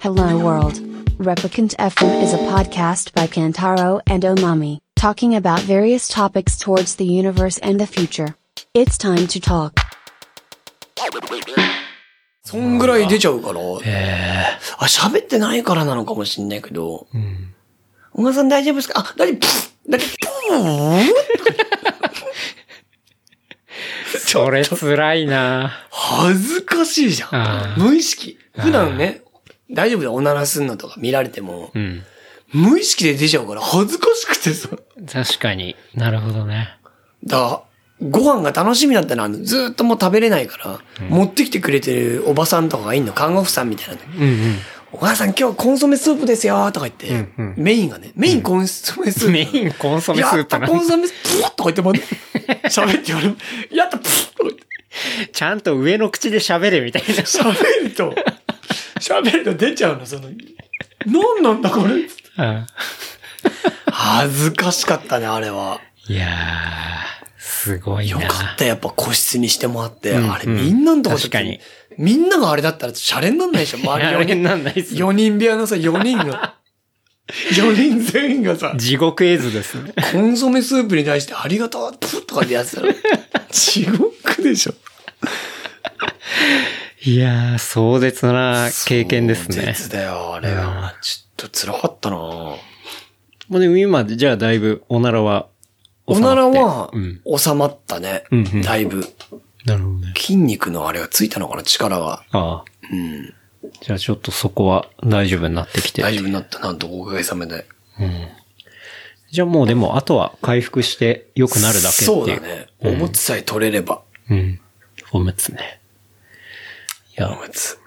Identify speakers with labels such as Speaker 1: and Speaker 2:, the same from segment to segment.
Speaker 1: Hello World. Replicant FM is a podcast by Kantaro and Omami, talking about various topics towards the universe and the future. It's time to talk.
Speaker 2: そんぐらい出ちゃうから。
Speaker 3: え
Speaker 2: あ、喋ってないからなのかもしんないけど。
Speaker 3: えうん。
Speaker 2: 小川さん大丈夫ですかあ、大丈夫プスだけプー
Speaker 3: それ辛いな
Speaker 2: 恥ずかしいじゃ
Speaker 3: あ
Speaker 2: ん。
Speaker 3: ー
Speaker 2: 無意識。普段ね、大丈夫だよ、おならすんのとか見られても、
Speaker 3: うん。
Speaker 2: 無意識で出ちゃうから恥ずかしくてさ。
Speaker 3: 確かに。なるほどね。
Speaker 2: だ、ご飯が楽しみだったら、ずーっともう食べれないから、持ってきてくれてるおばさんとかがいんの、看護婦さんみたいなね。
Speaker 3: うんうん。
Speaker 2: お母さん今日コンソメスープですよとか言って、
Speaker 3: うん
Speaker 2: メインがね、メインコンソメスープ。
Speaker 3: メインコンソメス
Speaker 2: や
Speaker 3: ー
Speaker 2: っ
Speaker 3: プ
Speaker 2: た
Speaker 3: な
Speaker 2: コンソメスープとか言って もらって、喋って俺も、やったプッとか言って
Speaker 3: ちゃんと上の口で喋れみたいな。
Speaker 2: 喋ると、喋ると出ちゃうの、その、何なんだこれ。
Speaker 3: うん
Speaker 2: 恥ずかしかったね、あれは。
Speaker 3: いやー、すごい
Speaker 2: よ
Speaker 3: な
Speaker 2: かった、やっぱ個室にしてもらって。
Speaker 3: うん
Speaker 2: あれ、みんなのとこだっ
Speaker 3: 確かに
Speaker 2: て、みんながあれだったら、シャレになんないでしょ、周り
Speaker 3: あ
Speaker 2: 4
Speaker 3: れ
Speaker 2: 人。
Speaker 3: なん ないっすね
Speaker 2: 4人部屋のさ、4人が。4人全員がさ、
Speaker 3: 地獄絵図ですね。
Speaker 2: コンソメスープに対してありがとうプッとかでやってたら、地獄でしょ。
Speaker 3: いやー、壮絶な経験です
Speaker 2: 壮
Speaker 3: ね。
Speaker 2: 絶だよ、あれは。ちょっと辛かったな
Speaker 3: もうでも今、じゃあだいぶ、おならは
Speaker 2: お
Speaker 3: 収ま
Speaker 2: な
Speaker 3: って、
Speaker 2: らは
Speaker 3: うん。、
Speaker 2: 収まったね
Speaker 3: うんう。ん
Speaker 2: だいぶ。
Speaker 3: なるほどね。
Speaker 2: 筋肉のあれがついたのかな、力が。
Speaker 3: ああ。
Speaker 2: うん。
Speaker 3: じゃあちょっとそこは大丈夫になってきて。
Speaker 2: 大丈夫になった、なんとおかげさまで。
Speaker 3: じゃあもうでも、あとは回復して良くなるだけっていう。
Speaker 2: そうだね。おむつさえ取れれば。
Speaker 3: うん。おむつね。い
Speaker 2: お
Speaker 3: や、
Speaker 2: むつ。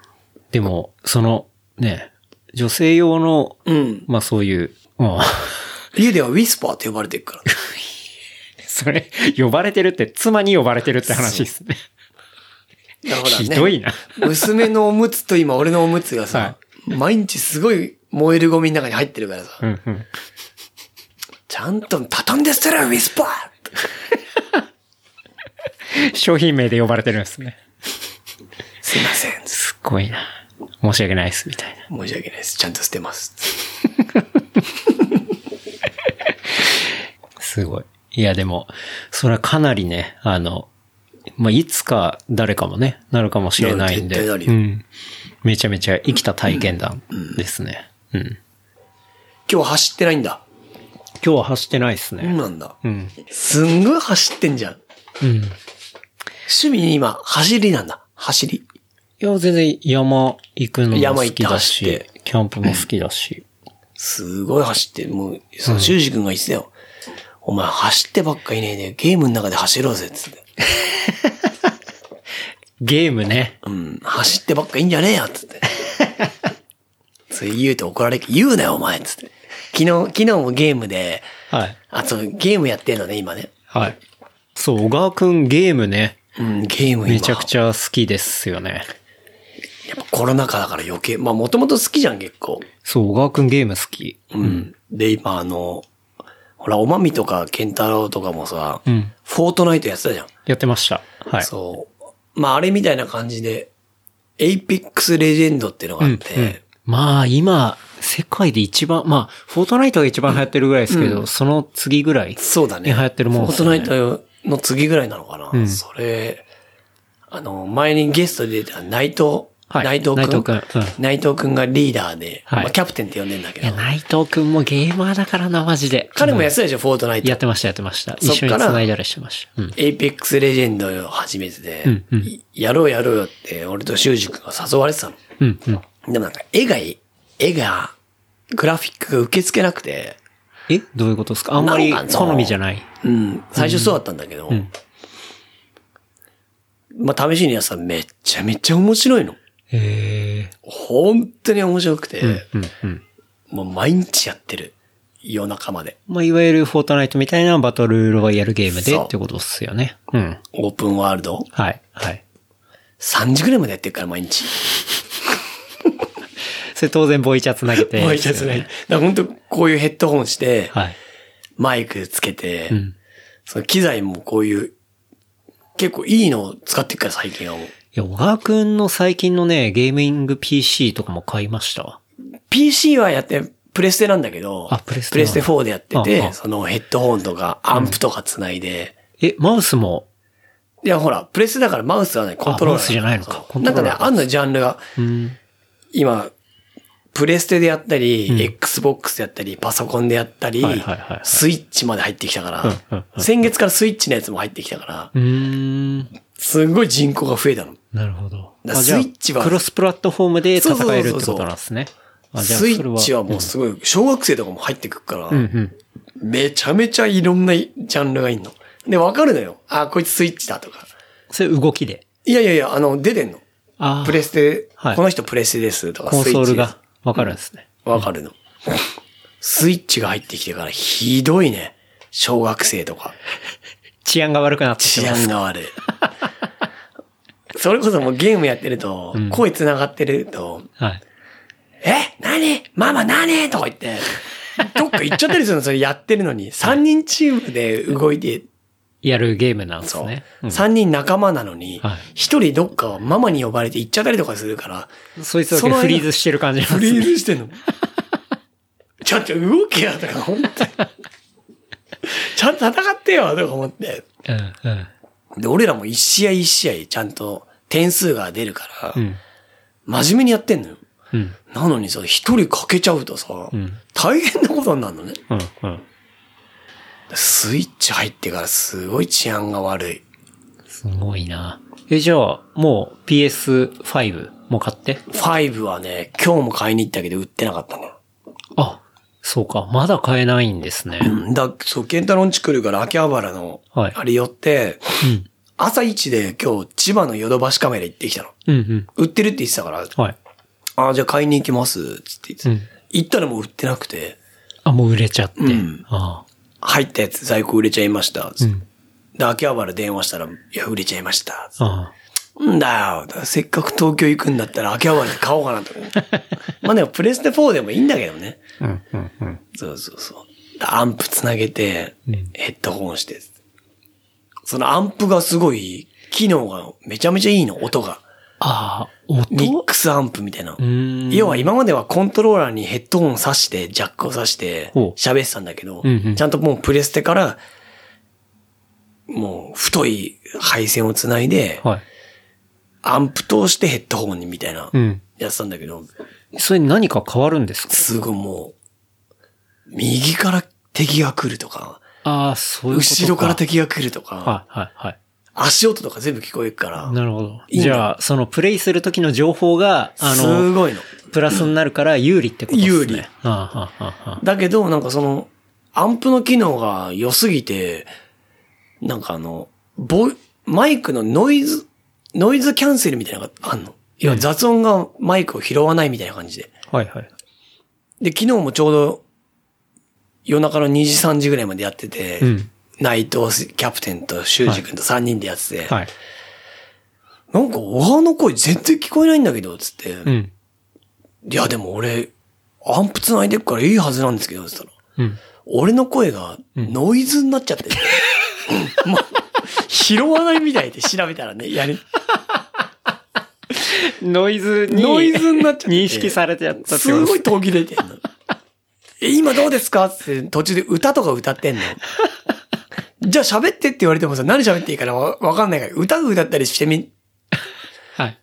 Speaker 3: でも、その、ね、女性用の、
Speaker 2: うん。
Speaker 3: まあそういう、まあ、
Speaker 2: 家ではウィスパーって呼ばれてるから。
Speaker 3: それ、呼ばれてるって、妻に呼ばれてるって話ですね。
Speaker 2: だからね
Speaker 3: ひどいな。
Speaker 2: 娘のおむつと今俺のおむつがさ
Speaker 3: は、
Speaker 2: 毎日すごい燃えるゴミの中に入ってるからさ。
Speaker 3: うんうん。
Speaker 2: ちゃんと畳んで捨てろよ、ウィスパー
Speaker 3: 商品名で呼ばれてるんですね。
Speaker 2: すいません。申
Speaker 3: すっごいな。申し訳ないです、みたいな。
Speaker 2: し訳ないです。ちゃんと捨てます。
Speaker 3: すごい。いや、でも、それはかなりね、あの、まあ、いつか誰かもね、なるかもしれないん
Speaker 2: なる
Speaker 3: で。
Speaker 2: 絶対な
Speaker 3: う
Speaker 2: る
Speaker 3: ん。めちゃめちゃ生きた体験談ですね。うん。
Speaker 2: 今日走ってないんだ。
Speaker 3: 今日は走ってないです
Speaker 2: そう
Speaker 3: ね。
Speaker 2: なんだ。
Speaker 3: うん。
Speaker 2: すんごい走ってんじゃん。
Speaker 3: うん。い
Speaker 2: 趣味に今、走りなんだ。走り。
Speaker 3: や、全然山行くのも
Speaker 2: 山
Speaker 3: 好
Speaker 2: 行って
Speaker 3: きだし、
Speaker 2: 走って
Speaker 3: キャンプも好きだし。
Speaker 2: すごい走ってる。もう、その、修二君が言ってたよ。お前走ってばっかいねえで、ゲームの中で走ろうぜ、つって。
Speaker 3: ゲームね。
Speaker 2: うん、走ってばっかいいんじゃねえよ、つって。 それ言うと怒られる、言うなよ、お前、つって。昨日、昨日もゲームで、
Speaker 3: はい。
Speaker 2: あ、そう、ゲームやってんのね、今ね。
Speaker 3: はい。そう、小川くんゲームね、
Speaker 2: うん、ゲーム今。
Speaker 3: めちゃくちゃ好きですよね。
Speaker 2: やっぱコロナ禍だから余計、まあもともと好きじゃん結構。
Speaker 3: そう、小川くんゲーム好き。
Speaker 2: うん。で、今あの、ほら、おまみとかケンタロウとかもさ、
Speaker 3: うん。
Speaker 2: フォートナイトやってたじゃん。
Speaker 3: やってました。はい。
Speaker 2: そう。まああれみたいな感じで、エイピックスレジェンドっていうのがあって、
Speaker 3: うんまあ今、世界で一番、まあ、フォートナイトが一番流行ってるぐらいですけど、その次ぐらい。
Speaker 2: そうだね。
Speaker 3: 流行ってるもん
Speaker 2: フ
Speaker 3: で
Speaker 2: ォー
Speaker 3: す
Speaker 2: ト
Speaker 3: よ
Speaker 2: ナ
Speaker 3: ね
Speaker 2: イトの次ぐらいなのかな。
Speaker 3: ん
Speaker 2: それ、あの、前にゲストで出た内藤、
Speaker 3: は
Speaker 2: 内
Speaker 3: い
Speaker 2: 藤くん。
Speaker 3: 内藤くんうん
Speaker 2: 内藤くんがリーダーで、
Speaker 3: はい
Speaker 2: まあ、キャプテンって呼んでんだけ
Speaker 3: いや、
Speaker 2: ど。
Speaker 3: 内藤くんもゲーマーだからな、マジで。
Speaker 2: 彼もや
Speaker 3: や、
Speaker 2: ってたでしょ、フォートナイト。
Speaker 3: やってました、やってました。
Speaker 2: そ
Speaker 3: 一
Speaker 2: っか
Speaker 3: 緒
Speaker 2: ら
Speaker 3: に繋いだりしてました。うん。
Speaker 2: エイペックスレジェンドを初めてで、
Speaker 3: うんうん
Speaker 2: いやろうやろうよって、俺と修二君が誘われてたの。
Speaker 3: うん、うん。
Speaker 2: でもなんか、絵がいい、絵が、グラフィックが受け付けなくて、
Speaker 3: えどういうことですかあんまり
Speaker 2: なんかその
Speaker 3: 好みじゃない。
Speaker 2: うん、最初そうだったんだけど、
Speaker 3: ん
Speaker 2: まあ、試しにやったらめっちゃめっちゃ面白いの。
Speaker 3: へ
Speaker 2: 本当に面白くて、
Speaker 3: え。うん、うん。
Speaker 2: もう毎日やってる。夜中まで。
Speaker 3: まあ、いわゆるフォートナイトみたいなバトルロワイヤルゲームで
Speaker 2: そう
Speaker 3: ってことっすよね。うん。
Speaker 2: オープンワールド。
Speaker 3: はい、はい。
Speaker 2: 3時ぐらいまでやってるから、毎日。
Speaker 3: それ当然ボイチャ繋げて。
Speaker 2: 毎日やってない。だから本当こういうヘッドホンして、
Speaker 3: はい。
Speaker 2: マイクつけて、
Speaker 3: うん。
Speaker 2: その機材もこういう、結構いいのを使ってるから最近はもう。
Speaker 3: いや、小川くんの最近のね、ゲーミング PC とかも買いましたわ。
Speaker 2: PC はやって、プレステなんだけど、
Speaker 3: あプレステ
Speaker 2: プレステ4でやって
Speaker 3: ああ
Speaker 2: て、そのヘッドホンとかアンプとかつないで、
Speaker 3: え、マウスも、
Speaker 2: いや、ほら、プレステだからマウスはね、コントローラー。
Speaker 3: マウスじゃないのか
Speaker 2: そう
Speaker 3: コント
Speaker 2: な
Speaker 3: ロ
Speaker 2: んか
Speaker 3: ーラー
Speaker 2: ね、
Speaker 3: か
Speaker 2: あんのジャンルが、
Speaker 3: うん。
Speaker 2: 今、プレステでやったり、
Speaker 3: ん
Speaker 2: Xbox でやったり、パソコンでやったり、
Speaker 3: はいはいはいはい
Speaker 2: スイッチまで入ってきたから、
Speaker 3: うんうんうん
Speaker 2: 先月からスイッチのやつも入ってきたから、
Speaker 3: うーん。
Speaker 2: すんごい人口が増えたの。
Speaker 3: なるほど。
Speaker 2: だから
Speaker 3: あじゃあ
Speaker 2: スイッチは
Speaker 3: クロスプラットフォームで戦えるってことなんですね。あじゃあそ
Speaker 2: スイ
Speaker 3: れ
Speaker 2: ッチはもうすごい、小学生とかも入ってくるから、
Speaker 3: うんうん。
Speaker 2: めちゃめちゃいろんなジャンルがいんの。で、わかるのよ。あ、こいつスイッチだとか。
Speaker 3: それ動きで。
Speaker 2: いやいやいや、あの、出てんの。
Speaker 3: ああ。
Speaker 2: プレステ、
Speaker 3: はい
Speaker 2: この人プレステですとか、
Speaker 3: コン
Speaker 2: スイ
Speaker 3: ソ
Speaker 2: ッ
Speaker 3: ー
Speaker 2: チ
Speaker 3: ル
Speaker 2: です
Speaker 3: が。わかるんですね。
Speaker 2: わかるの。スイッチが入ってきてからひどいね。小学生とか。
Speaker 3: 治安が悪くなってき
Speaker 2: 治
Speaker 3: てます
Speaker 2: 安。が 悪い。それこそもうゲームやってると、声繋がってると、
Speaker 3: はい。
Speaker 2: え何ママ何とか言って、どっか行っちゃったりするの、それやってるのに。3人チームで動いて、
Speaker 3: やるゲームなんです
Speaker 2: そう。
Speaker 3: ね。うん
Speaker 2: 3人仲間なのに
Speaker 3: はい、
Speaker 2: 1人どっかママに呼ばれて行っちゃったりとかするから、
Speaker 3: そいつだ
Speaker 2: そ
Speaker 3: け
Speaker 2: の間
Speaker 3: フリーズしてる感じなん
Speaker 2: フ
Speaker 3: です
Speaker 2: リー
Speaker 3: ね。
Speaker 2: ズしてんのちょっと動けよとか思って。ちゃんと戦ってよとか思って。
Speaker 3: うんうん
Speaker 2: で、俺らも一試合一試合ちゃんと点数が出るから、
Speaker 3: うん
Speaker 2: 真面目にやってんのよ。
Speaker 3: うん
Speaker 2: なのにさ、一人欠けちゃうとさ、
Speaker 3: ん
Speaker 2: 大変なことになるのね。
Speaker 3: うんうん
Speaker 2: スイッチ入ってからすごい治安が悪い。
Speaker 3: すごいな。え、じゃあ、もう PS5 も買って
Speaker 2: 5はね、今日も買いに行ったけど売ってなかったの。
Speaker 3: あ、そうか。まだ買えないんですね。
Speaker 2: うんだ、そう、ケンタロンチ来るから秋葉原の、
Speaker 3: はい
Speaker 2: あれ寄って、
Speaker 3: ん
Speaker 2: 朝一で今日千葉のヨドバシカメラ行ってきたの。
Speaker 3: うん
Speaker 2: 売ってるって言ってたから、
Speaker 3: うん。はい。
Speaker 2: ああ、じゃあ買いに行きます、つって言って、
Speaker 3: うん
Speaker 2: 行ったらもう売ってなくて、
Speaker 3: あ、もう売れちゃって。
Speaker 2: ん
Speaker 3: あ
Speaker 2: 入ったやつ在庫売れちゃいました、つって
Speaker 3: うん
Speaker 2: で、秋葉原電話したら、いや、売れちゃいました、つっ
Speaker 3: あ。あ
Speaker 2: てんだよ、だからせっかく東京行くんだったら秋葉原で買おうかなと思って。 まあでもプレステ4でもいいんだけどね。
Speaker 3: あ。うんうんうん。
Speaker 2: そうそうそう。だアンプつなげて
Speaker 3: うん、
Speaker 2: ヘッドホンして、そのアンプがすごい、機能がめちゃめちゃいいの、音が。
Speaker 3: ああ、
Speaker 2: ミッ
Speaker 3: 音
Speaker 2: クスアンプみたいな
Speaker 3: う。ーん。
Speaker 2: 要は今まではコントローラーにヘッドホンを挿して、ジャックを挿して
Speaker 3: ほう、
Speaker 2: 喋ってたんだけど、
Speaker 3: うんうん
Speaker 2: ちゃんともうプレステから、もう太い配線をつないで、
Speaker 3: はい。
Speaker 2: アンプ通してヘッドホンにみたいな
Speaker 3: う、ん。
Speaker 2: やってたんだけど、
Speaker 3: それ何か変わるんですか
Speaker 2: すぐもう、右から敵が来るとか、
Speaker 3: ああ、そういうことか。
Speaker 2: 後ろから敵が来るとか、
Speaker 3: はいはいはい。
Speaker 2: 足音とか全部聞こえるから、
Speaker 3: なるほど。
Speaker 2: いいんだ
Speaker 3: じゃあ、そのプレイする時の情報が、あ
Speaker 2: す
Speaker 3: の、
Speaker 2: ごいの。
Speaker 3: プラスになるから有利ってことですね。
Speaker 2: 有利
Speaker 3: ああ、ああ、ああ。
Speaker 2: だけど、なんかその、アンプの機能が良すぎて、なんかあの、ボイ、マイクのノイズ、ノイズキャンセルみたいなのがあんの。いや、雑音がマイクを拾わないみたいな感じで。
Speaker 3: はいはい。
Speaker 2: で、昨日もちょうど、夜中の2時3時ぐらいまでやってて、
Speaker 3: うん
Speaker 2: 内藤キャプテンと修二君と3人でやってて、
Speaker 3: はい。
Speaker 2: なんか、おはの声全然聞こえないんだけど、つって、
Speaker 3: うん。
Speaker 2: いや、でも俺、アンプ繋いでるからいいはずなんですけど、つったら。
Speaker 3: うん。
Speaker 2: 俺の声がノイズになっちゃってる。もう拾わないみたいで調べたらね、やり、
Speaker 3: ノイズに、
Speaker 2: ノイズになっちゃって。
Speaker 3: 認識されてやったって
Speaker 2: すごい途切れてんの。え今どうですかって途中で歌とか歌ってんの。じゃあ喋ってって言われてもさ、何喋っていいかなわわかんないから、歌を歌ったりしてみ、
Speaker 3: はい。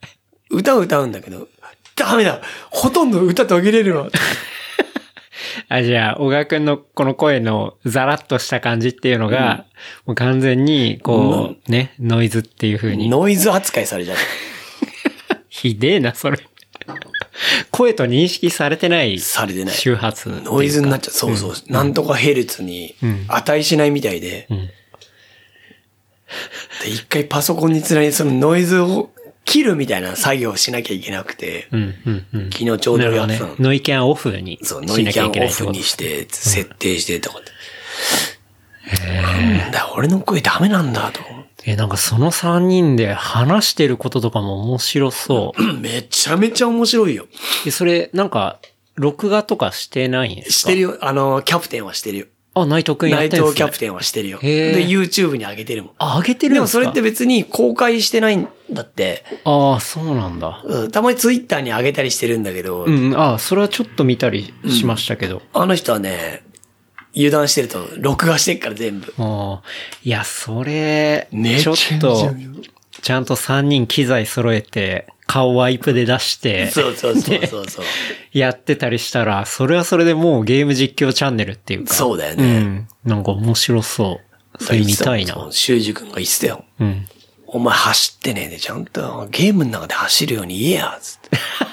Speaker 2: 歌を歌うんだけど、ダメだほとんど歌途切れるわ。
Speaker 3: あ、じゃあ、小川くんのこの声のザラッとした感じっていうのが、もう完全に、こう、ね、ノイズっていう風に。
Speaker 2: ノイズ扱いされちゃう。
Speaker 3: ひでえ な、それ。声と認識されてない
Speaker 2: されてない。
Speaker 3: 周波数。
Speaker 2: ノイズになっちゃう。そうそう。なんとかヘルツに
Speaker 3: ん
Speaker 2: 値しないみたいで。
Speaker 3: ん
Speaker 2: で、一回パソコンにつないでそのノイズを切るみたいな作業をしなきゃいけなくて、
Speaker 3: うん、うん、うん。
Speaker 2: 昨日ちょうど
Speaker 3: なる
Speaker 2: や
Speaker 3: ほど
Speaker 2: って
Speaker 3: ね
Speaker 2: たの。。
Speaker 3: ノイキャンオフにし
Speaker 2: そう、
Speaker 3: な
Speaker 2: ノイキ
Speaker 3: きゃ
Speaker 2: ャ
Speaker 3: いけな
Speaker 2: ン
Speaker 3: い
Speaker 2: オ
Speaker 3: って
Speaker 2: フ
Speaker 3: こと
Speaker 2: に。して、設定してとかって。なんだ、俺の声ダメなんだと思って。
Speaker 3: え、なんかその3人で話してることとかも面 白そう。
Speaker 2: めちゃめちゃ面白いよ。
Speaker 3: え、それ、なんか、録画とかしてないんですか
Speaker 2: してるよ。あの、キャプテンはしてるよ。
Speaker 3: あ、内藤くんやっ
Speaker 2: 内
Speaker 3: てんす、ね、
Speaker 2: 藤キャプテンはしてるよ。
Speaker 3: へー
Speaker 2: で、YouTube に上げてるもん。
Speaker 3: あ、上げてるん
Speaker 2: で
Speaker 3: で
Speaker 2: も
Speaker 3: す
Speaker 2: そ
Speaker 3: か
Speaker 2: れって別に公開してないんだって、
Speaker 3: ああ、そうなんだ。
Speaker 2: うん、たまにツイッターに上げたりしてるんだけど、
Speaker 3: うん、ああ、それはちょっと見たりしましたけど。
Speaker 2: あの人はね、油断してると、録画してっから全部。
Speaker 3: ああ、いや、それ、
Speaker 4: めち
Speaker 3: ち
Speaker 4: ゃ
Speaker 3: ょっ
Speaker 4: めちゃ
Speaker 3: と、ちゃんと3人機材揃えて、顔ワイプで出して、
Speaker 2: そうそうそうそう そう。
Speaker 3: やってたりしたら、それはそれでもうゲーム実況チャンネルっていうか。
Speaker 2: そうだよ
Speaker 3: う
Speaker 2: ね。
Speaker 3: ん。なんか面白そう。それ見たいな。
Speaker 2: そう修二君が言ってたよ。
Speaker 3: うん。
Speaker 2: お前走ってねえで、ちゃんとゲームの中で走るように言えや、つ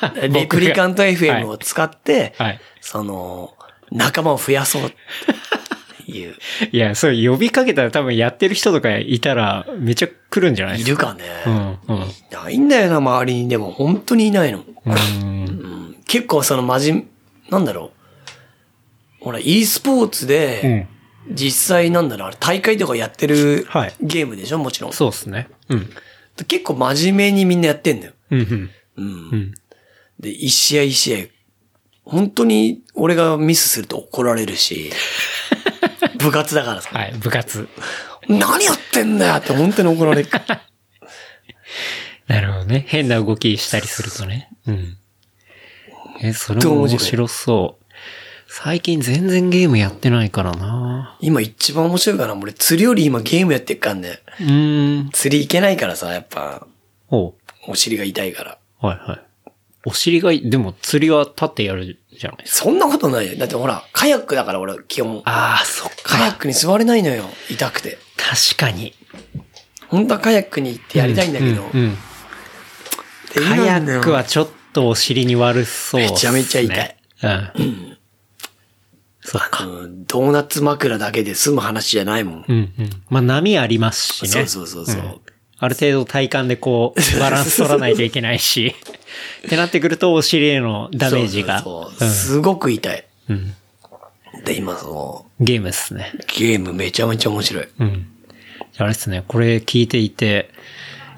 Speaker 2: って。レプリカント FM を使って、
Speaker 3: はい。
Speaker 2: その、仲間を増やそうっていう。
Speaker 3: いや、それ呼びかけたら多分やってる人とかいたら、めちゃ来るんじゃない
Speaker 2: い
Speaker 3: です
Speaker 2: る
Speaker 3: か。
Speaker 2: かね、
Speaker 3: うん、うん。
Speaker 2: ないんだよな、周りに。でも本当にいないの。
Speaker 3: うん。
Speaker 2: うん結構その真面目、なんだろう。ほら、e スポーツで、実際なんだろう、あれ大会とかやってる
Speaker 3: はい
Speaker 2: ゲームでしょ、もちろん。
Speaker 3: そうですね。うん。
Speaker 2: 結構真面目にみんなやってんだよ。
Speaker 3: うん、うん。
Speaker 2: うん。
Speaker 3: うん。
Speaker 2: で、一試合一試合、本当に俺がミスすると怒られる し、部活だからさ、
Speaker 3: はい、部活。
Speaker 2: 何やってんだよって本当に怒られる。
Speaker 3: なるほどね。変な動きしたりするとね。うん。え、それも面白そう。最近全然ゲームやってないからな
Speaker 2: 今一番面白いかな、俺釣りより今ゲームやってっからね。
Speaker 3: うーん。
Speaker 2: 釣り行けないからさ、やっぱ、
Speaker 3: おう
Speaker 2: お尻が痛いから。
Speaker 3: はいはい。お尻がいい、でも釣りは立ってやるじゃないですか。
Speaker 2: そんなことないよ。だってほら、カヤックだから俺、基本。
Speaker 3: ああ、そっ
Speaker 2: カヤッ。クに座れないのよ。痛くて。
Speaker 3: 確かに。
Speaker 2: 本当はカヤックに行ってやりたいんだけど。
Speaker 3: うんうんうん
Speaker 2: で
Speaker 3: カヤック
Speaker 2: 今の
Speaker 3: はちょっとお尻に悪そう、
Speaker 2: めちゃめちゃ痛い。
Speaker 3: うん。そっか。
Speaker 2: うんドーナツ枕だけで済む話じゃないもん。
Speaker 3: うんうん。まあ波ありますしね。
Speaker 2: そうそうそうそう。
Speaker 3: んある程度体幹でこう、バランス取らないといけないし。ってなってくると、お尻へのダメージが。
Speaker 2: そうそうそうすごく痛い。
Speaker 3: うんうん
Speaker 2: で、今その、
Speaker 3: ゲームっすね。
Speaker 2: ゲームめちゃめちゃ面白い。
Speaker 3: うん。あれですね、これ聞いていて、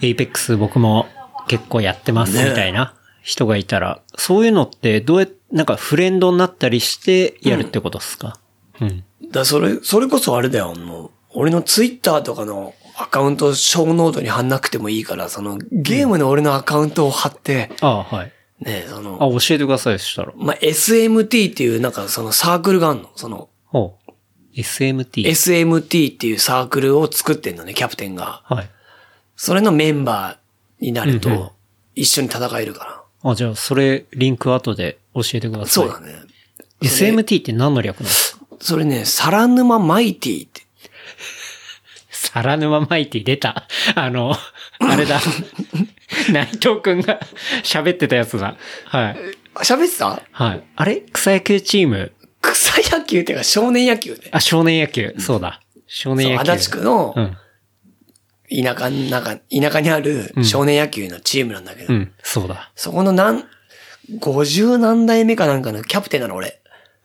Speaker 3: エイペックス僕も結構やってます
Speaker 2: ね
Speaker 3: みたいな人がいたら、そういうのってどうやっなんかフレンドになったりしてやるってことっすか、うん、
Speaker 2: だ、それ、それこそあれだよ、もう、俺のツイッターとかのアカウント、ショーノートに貼んなくてもいいから、その、ゲームの俺のアカウントを貼って、
Speaker 3: ああ、はい。
Speaker 2: ね、そ
Speaker 3: あ、
Speaker 2: の、
Speaker 3: 教えてください、そしたら。
Speaker 2: まあ、SMT っていう、なんかそのサークルがあるの。その、
Speaker 3: ほう。SMT。
Speaker 2: SMT っていうサークルを作ってんのね、キャプテンが。
Speaker 3: はい。
Speaker 2: それのメンバーになる
Speaker 3: うんうん
Speaker 2: と、一緒に戦えるから。
Speaker 3: あ、じゃあ、それ、リンク後で教えてください。
Speaker 2: そうだね。
Speaker 3: SMT って何の略なんですか
Speaker 2: それね、サラヌママイティって。
Speaker 3: サラヌママイティ出た。 あの、あれ だ。内藤くんが喋ってたやつだ。はい。
Speaker 2: あ喋ってた
Speaker 3: はい。あれ草野球チーム。
Speaker 2: 草野球っていうか少年野球ね。
Speaker 3: あ、少年野球。そうだ。少
Speaker 2: そ
Speaker 3: 年
Speaker 2: う
Speaker 3: 野
Speaker 2: 足
Speaker 3: 球。
Speaker 2: 立区の
Speaker 3: うん。
Speaker 2: 田舎の中、田舎にある少年野球のチームなんだけど、
Speaker 3: うん。そうだ。
Speaker 2: そこの何、50何代目かなんかのキャプテンなの 俺。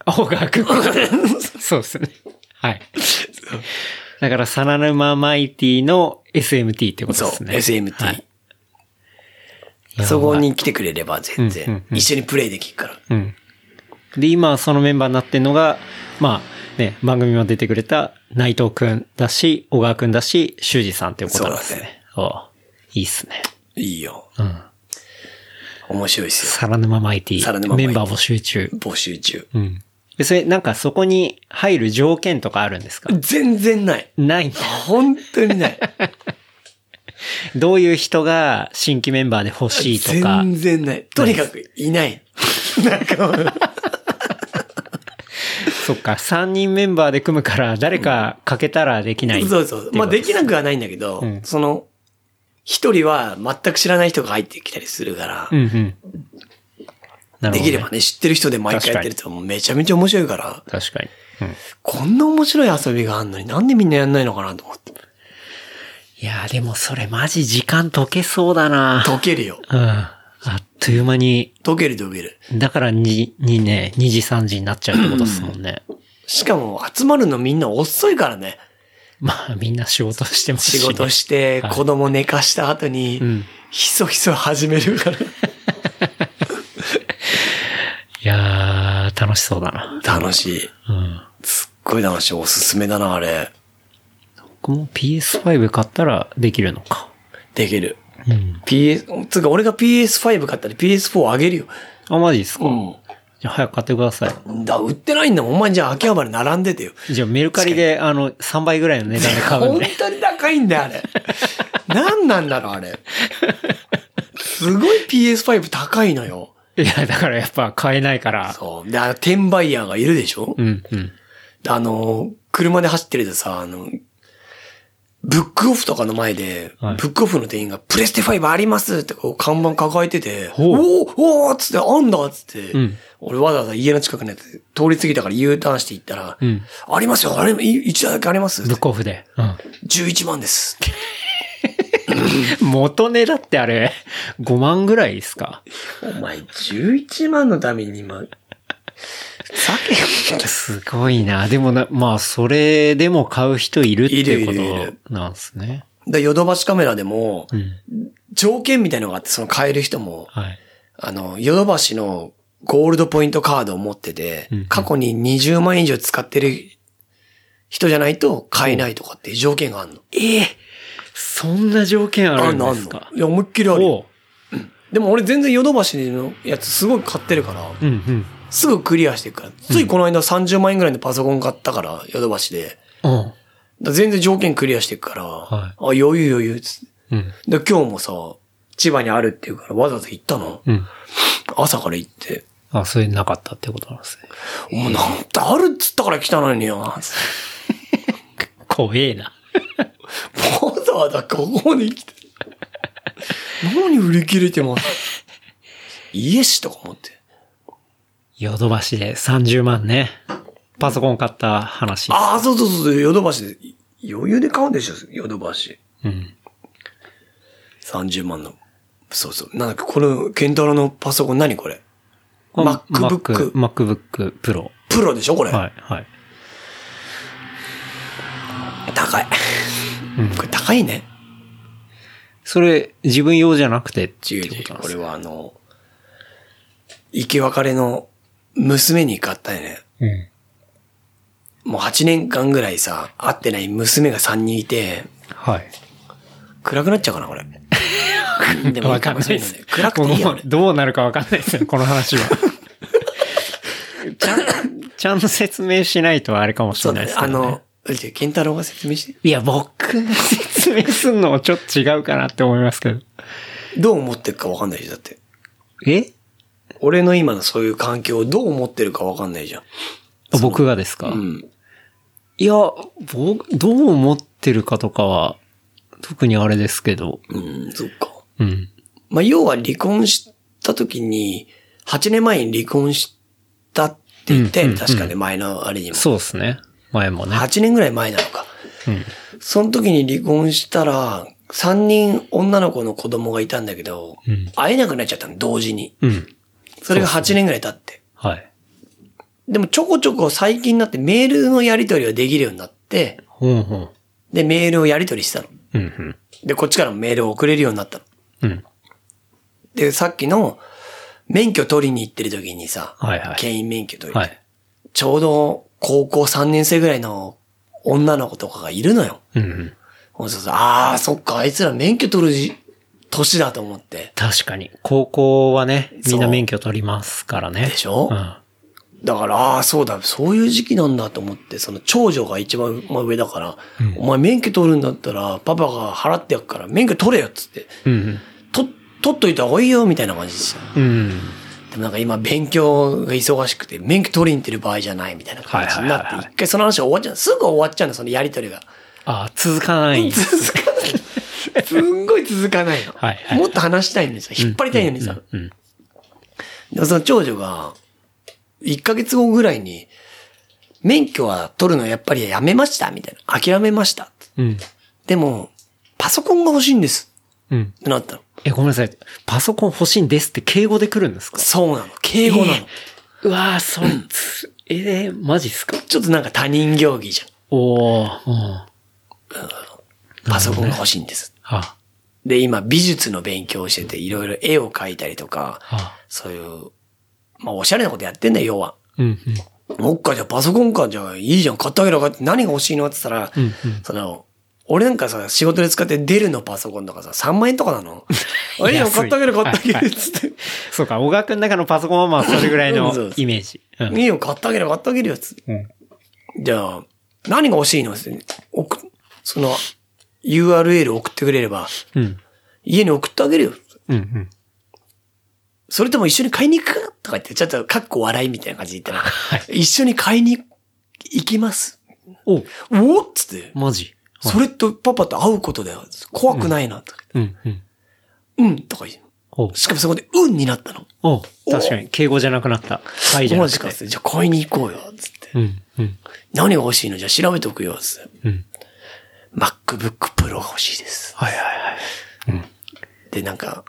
Speaker 3: 青 がくそうですね。はい。だから、サラヌママイティの SMT ってこと
Speaker 2: そう、
Speaker 3: ですね。
Speaker 2: SMT、
Speaker 3: はい
Speaker 2: そこ。に来てくれれば全然、
Speaker 3: うんうんうん
Speaker 2: 一緒にプレイできるから。
Speaker 3: うん。で、今、そのメンバーになってんのが、まあ、ね、番組も出てくれた内藤くんだし、小川くんだし、修二さんっていうことなんですね。そういいっすね。
Speaker 2: いいよ。
Speaker 3: うん。
Speaker 2: 面白いですよ。
Speaker 3: サラヌママイティ。
Speaker 2: サラヌママイティ
Speaker 3: メンバー募集中。
Speaker 2: 募集中。
Speaker 3: うん。でそれ、なんかそこに入る条件とかあるんですか
Speaker 2: 全然ない。
Speaker 3: ないんだ。
Speaker 2: 本当に ない。
Speaker 3: どういう人が新規メンバーで欲しいとか。
Speaker 2: 全然ない。とにかくいない。なんかもう、
Speaker 3: そっか、3人メンバーで組むから、誰か欠けたらできない。
Speaker 2: そうそう。まあできなくはないんだけど、
Speaker 3: うん
Speaker 2: その、一人は全く知らない人が入ってきたりするから、
Speaker 3: うんうん。なるほどね
Speaker 2: できれば。ね、知ってる人で毎回やってるともうめちゃめちゃ面白いから、
Speaker 3: 確かに。うん。い
Speaker 2: こんな面白い遊びがあんのになんでみんなやんないのかなと思って。
Speaker 3: やーでもそれマジ時間解けそうだな
Speaker 2: 溶けるよ。
Speaker 3: うん。あっという間に、
Speaker 2: 溶ける溶ける。
Speaker 3: だからに、にね、2時3時になっちゃうってことですもんね。
Speaker 2: しかも集まるのみんな遅いからね。
Speaker 3: まあみんな仕事してますし、ね。
Speaker 2: 仕事して
Speaker 3: はい
Speaker 2: 子供寝かした後に
Speaker 3: うん、
Speaker 2: ひそひそ始めるから。
Speaker 3: いやー、楽しそうだな。
Speaker 2: 楽しい。
Speaker 3: うん。
Speaker 2: すっごい楽しい。おすすめだな、あれ。
Speaker 3: 僕も PS5 買ったらできるのか。
Speaker 2: できる。
Speaker 3: うん。
Speaker 2: PS、つうか俺が PS5 買ったら PS4 あげるよ。
Speaker 3: あ、マジですか、
Speaker 2: う
Speaker 3: じゃあ早く買ってください。
Speaker 2: ん。だ、売ってないんだもん。お前じゃあ秋葉原並んでてよ。
Speaker 3: じゃあメルカリで、あの、3倍ぐらいの値段で買うん
Speaker 2: 本
Speaker 3: で。
Speaker 2: 当に高いんだよ、あ れ。何なんだろう、あれ。すごい PS5 高いのよ。
Speaker 3: いや、だからやっぱ買えないから。
Speaker 2: そう。で、あの転売ヤーがいるでしょ、
Speaker 3: うん、うん。
Speaker 2: あの、車で走ってるとさ、あの、ブックオフとかの前で、
Speaker 3: はい
Speaker 2: ブックオフの店員が、プレステ5ありますってこう看板抱えてて、
Speaker 3: ほう
Speaker 2: おーおーっつって、あんだっつって、
Speaker 3: うん
Speaker 2: 俺わざわざ家の近くのやつ通り過ぎたから U ターンして行ったら、
Speaker 3: うん
Speaker 2: ありますよ、あれ、い一台だけあります
Speaker 3: ブックオフで。うん。
Speaker 2: ?11 万です。
Speaker 3: 元値だってあれ、5万ぐらいですか
Speaker 2: お前、11万のために今、酒
Speaker 3: すごいな。でもな、まあ、それでも買う人いるっていう
Speaker 2: いるいるいる
Speaker 3: ことなんですね。
Speaker 2: で、ヨドバシカメラでも、
Speaker 3: うん。
Speaker 2: 条件みたいのがあって、その買える人も、
Speaker 3: はい。
Speaker 2: あの、ヨドバシのゴールドポイントカードを持ってて
Speaker 3: うんうん、
Speaker 2: 過去に20万以上使ってる人じゃないと買えないとかっていう条件があるの。ええ
Speaker 3: そんな条件あ
Speaker 2: あ
Speaker 3: る
Speaker 2: ん
Speaker 3: ん
Speaker 2: のあ
Speaker 3: で
Speaker 2: ん
Speaker 3: す
Speaker 2: の
Speaker 3: か
Speaker 2: いや、思いっきりあるよ。
Speaker 3: おう
Speaker 2: でも俺全然ヨドバシのやつすごい買ってるから、
Speaker 3: うんうん。
Speaker 2: すぐクリアしていくから。ついこの間30万円ぐらいのパソコン買ったから、ヨドバシで。
Speaker 3: お
Speaker 2: だ
Speaker 3: う
Speaker 2: から全然条件クリアしていくから、
Speaker 3: はい
Speaker 2: あ、余裕余裕っつって。
Speaker 3: うん。
Speaker 2: で、今日もさ、千葉にあるっていうからわざわざ行ったの。
Speaker 3: うん。
Speaker 2: 朝から行って。
Speaker 3: あ、それなかったってことなんですね。
Speaker 2: もうなんてあるっつったから来たのによ。わ
Speaker 3: 怖えな。
Speaker 2: ざわざここに来て。何売り切れてますイエシとか思って。
Speaker 3: ヨドバシで30万ね。パソコン買った話。
Speaker 2: ああ、そうそうそう、ヨドバシで。余裕で買うんでしょ、ヨドバシ。
Speaker 3: うん。
Speaker 2: 30万の。そうそう。なんだっけ、この、ケンタロウのパソコン何これ
Speaker 3: これ
Speaker 2: MacBook
Speaker 3: Mac MacBook Pro。
Speaker 2: プロでしょこれ。
Speaker 3: はい、はい。
Speaker 2: 高い。
Speaker 3: うん
Speaker 2: これ高いね。
Speaker 3: それ、自分用じゃなくてって
Speaker 2: 違う
Speaker 3: いう
Speaker 2: 違
Speaker 3: こ
Speaker 2: う
Speaker 3: となんで
Speaker 2: こ
Speaker 3: す
Speaker 2: れ
Speaker 3: ね
Speaker 2: はあの、生き別れの娘に買ったよね。
Speaker 3: うん。
Speaker 2: もう8年間ぐらいさ、会ってない娘が3人いて、
Speaker 3: はい。
Speaker 2: 暗くなっちゃうかな、これ。で
Speaker 3: わかんないです
Speaker 2: ね。。暗くていいよ、
Speaker 3: もうどうなるかわかんないですよ、この話は。ちゃん、ちゃんと説明しないとあれかもし
Speaker 2: そ
Speaker 3: れ
Speaker 2: う
Speaker 3: な
Speaker 2: だね。
Speaker 3: いですけ
Speaker 2: あ
Speaker 3: ど、ね。
Speaker 2: の、じゃあ健太郎が説明して。
Speaker 3: いや、僕が説明するのもちょっと違うかなって思いますけど。
Speaker 2: どう思ってるかわかんないじゃん、だって。
Speaker 3: え
Speaker 2: 俺の今のそういう環境をどう思ってるかわかんないじゃん。
Speaker 3: 僕がですか、
Speaker 2: うん。
Speaker 3: いや、僕、どう思ってるかとかは、特にあれですけど。
Speaker 2: うん、そっか。
Speaker 3: うん。
Speaker 2: まあ、要は離婚した時に、8年前に離婚したって言ったよね、
Speaker 3: うんうんうん
Speaker 2: 確かね、前のあれにも。
Speaker 3: そうですね。前もね。
Speaker 2: 8年ぐらい前なのか。
Speaker 3: うん。
Speaker 2: その時に離婚したら、3人女の子の子供がいたんだけど、
Speaker 3: うん
Speaker 2: 会えなくなっちゃったの、同時に。
Speaker 3: うん。
Speaker 2: それが8年ぐらい経って。
Speaker 3: はい。
Speaker 2: でもちょこちょこ最近になってメールのやり取りはできるようになって、
Speaker 3: ほうほう。
Speaker 2: で、メールをやり取りしたの。
Speaker 3: うんうん。
Speaker 2: で、こっちからもメールを送れるようになったの。
Speaker 3: うん。
Speaker 2: で、さっきの免許取りに行ってる時にさ、
Speaker 3: はいはい
Speaker 2: 牽引免許取りに、
Speaker 3: はい。
Speaker 2: ちょうど高校3年生ぐらいの女の子とかがいるのよ。
Speaker 3: うんうん。
Speaker 2: そうそうそうああ、そっか、あいつら免許取るじ年だと思って。
Speaker 3: 確かに。高校はね、みんな
Speaker 2: そう
Speaker 3: 免許取りますからね。
Speaker 2: でしょ
Speaker 3: うん。
Speaker 2: だから、ああ、そうだ、そういう時期なんだと思って、その長女が一番まあ上だから、お前免許取るんだったら、パパが払ってやっから、免許取れよっつって、
Speaker 3: うん
Speaker 2: と、取っといた方がいいよ、みたいな感じでした。
Speaker 3: うん。うん。
Speaker 2: でもなんか今勉強が忙しくて、免許取りに行ってる場合じゃないみたいな感じにな
Speaker 3: は
Speaker 2: っ
Speaker 3: いはいはい
Speaker 2: て、
Speaker 3: は
Speaker 2: 一回その話が終わっちゃう。すぐ終わっちゃうの、そのやりとりが。
Speaker 3: あ、続かない。
Speaker 2: 続かない。すんごい続かないの。
Speaker 3: はいはい
Speaker 2: もっと話したいのにさ、引っ張りたいのにさ。
Speaker 3: うん。
Speaker 2: でもその長女が、1ヶ月後ぐらいに、免許は取るのやっぱりやめましたみたいな。諦めました。
Speaker 3: うん。
Speaker 2: でも、パソコンが欲しいんです。
Speaker 3: うん。
Speaker 2: ってなったの。
Speaker 3: え、ごめんなさい。パソコン欲しいんですって敬語で来るんですか
Speaker 2: そうなの。敬語なの。
Speaker 3: えーうわぁ、そいつ、えー、マジっすか
Speaker 2: ちょっとなんか他人行儀じゃん。
Speaker 3: おー。うん。
Speaker 2: パソコンが欲しいんです。
Speaker 3: は、
Speaker 2: で、今美術の勉強をしてて、いろいろ絵を描いたりとか、
Speaker 3: は。
Speaker 2: そういう、まあおしゃれなことやってんだよ、要は。
Speaker 3: うん、うん。
Speaker 2: もっか、じゃあパソコンか、じゃあいいじゃん、買ってあげろかって、何が欲しいのって言ったら、
Speaker 3: んうん
Speaker 2: その、俺なんかさ、仕事で使ってデルのパソコンとかさ、3万円とかな のあいいよ、買ってあげる、買ってあげる、つって。
Speaker 3: そうか、小川くんの中のパソコンはまあそれぐらい
Speaker 2: う
Speaker 3: の
Speaker 2: んそうそう
Speaker 3: イメージ。うん
Speaker 2: いいよ、買ってあげる、買ってあげるよ、つって。
Speaker 3: うん
Speaker 2: じゃあ、何が欲しいのつって。送その、URL 送ってくれれば、
Speaker 3: うん。
Speaker 2: 家に送ってあげるよ。
Speaker 3: うん。うん。
Speaker 2: それとも一緒に買いに行くかとか言って、ちょっとかっこ笑いみたいな感じで言ったら、一緒に買いに行きます。
Speaker 3: お、
Speaker 2: おっつって、
Speaker 3: マジ。
Speaker 2: それとパパと会うことだよ。怖くないな、とか
Speaker 3: うん。うん。
Speaker 2: 言って。うん、とか言う。
Speaker 3: お、
Speaker 2: しかもそこで、うんになったの。
Speaker 3: お、確かに、敬語じゃなくなった。はいじゃな
Speaker 2: マ
Speaker 3: く。
Speaker 2: ジかってつって。じゃあ買いに行こうよ、つって。
Speaker 3: うん。うん。
Speaker 2: 何が欲しいのじゃあ調べておくよ、つって。
Speaker 3: うん。
Speaker 2: MacBook Pro が欲しいです。
Speaker 3: はいはいはい。
Speaker 2: で、なんか、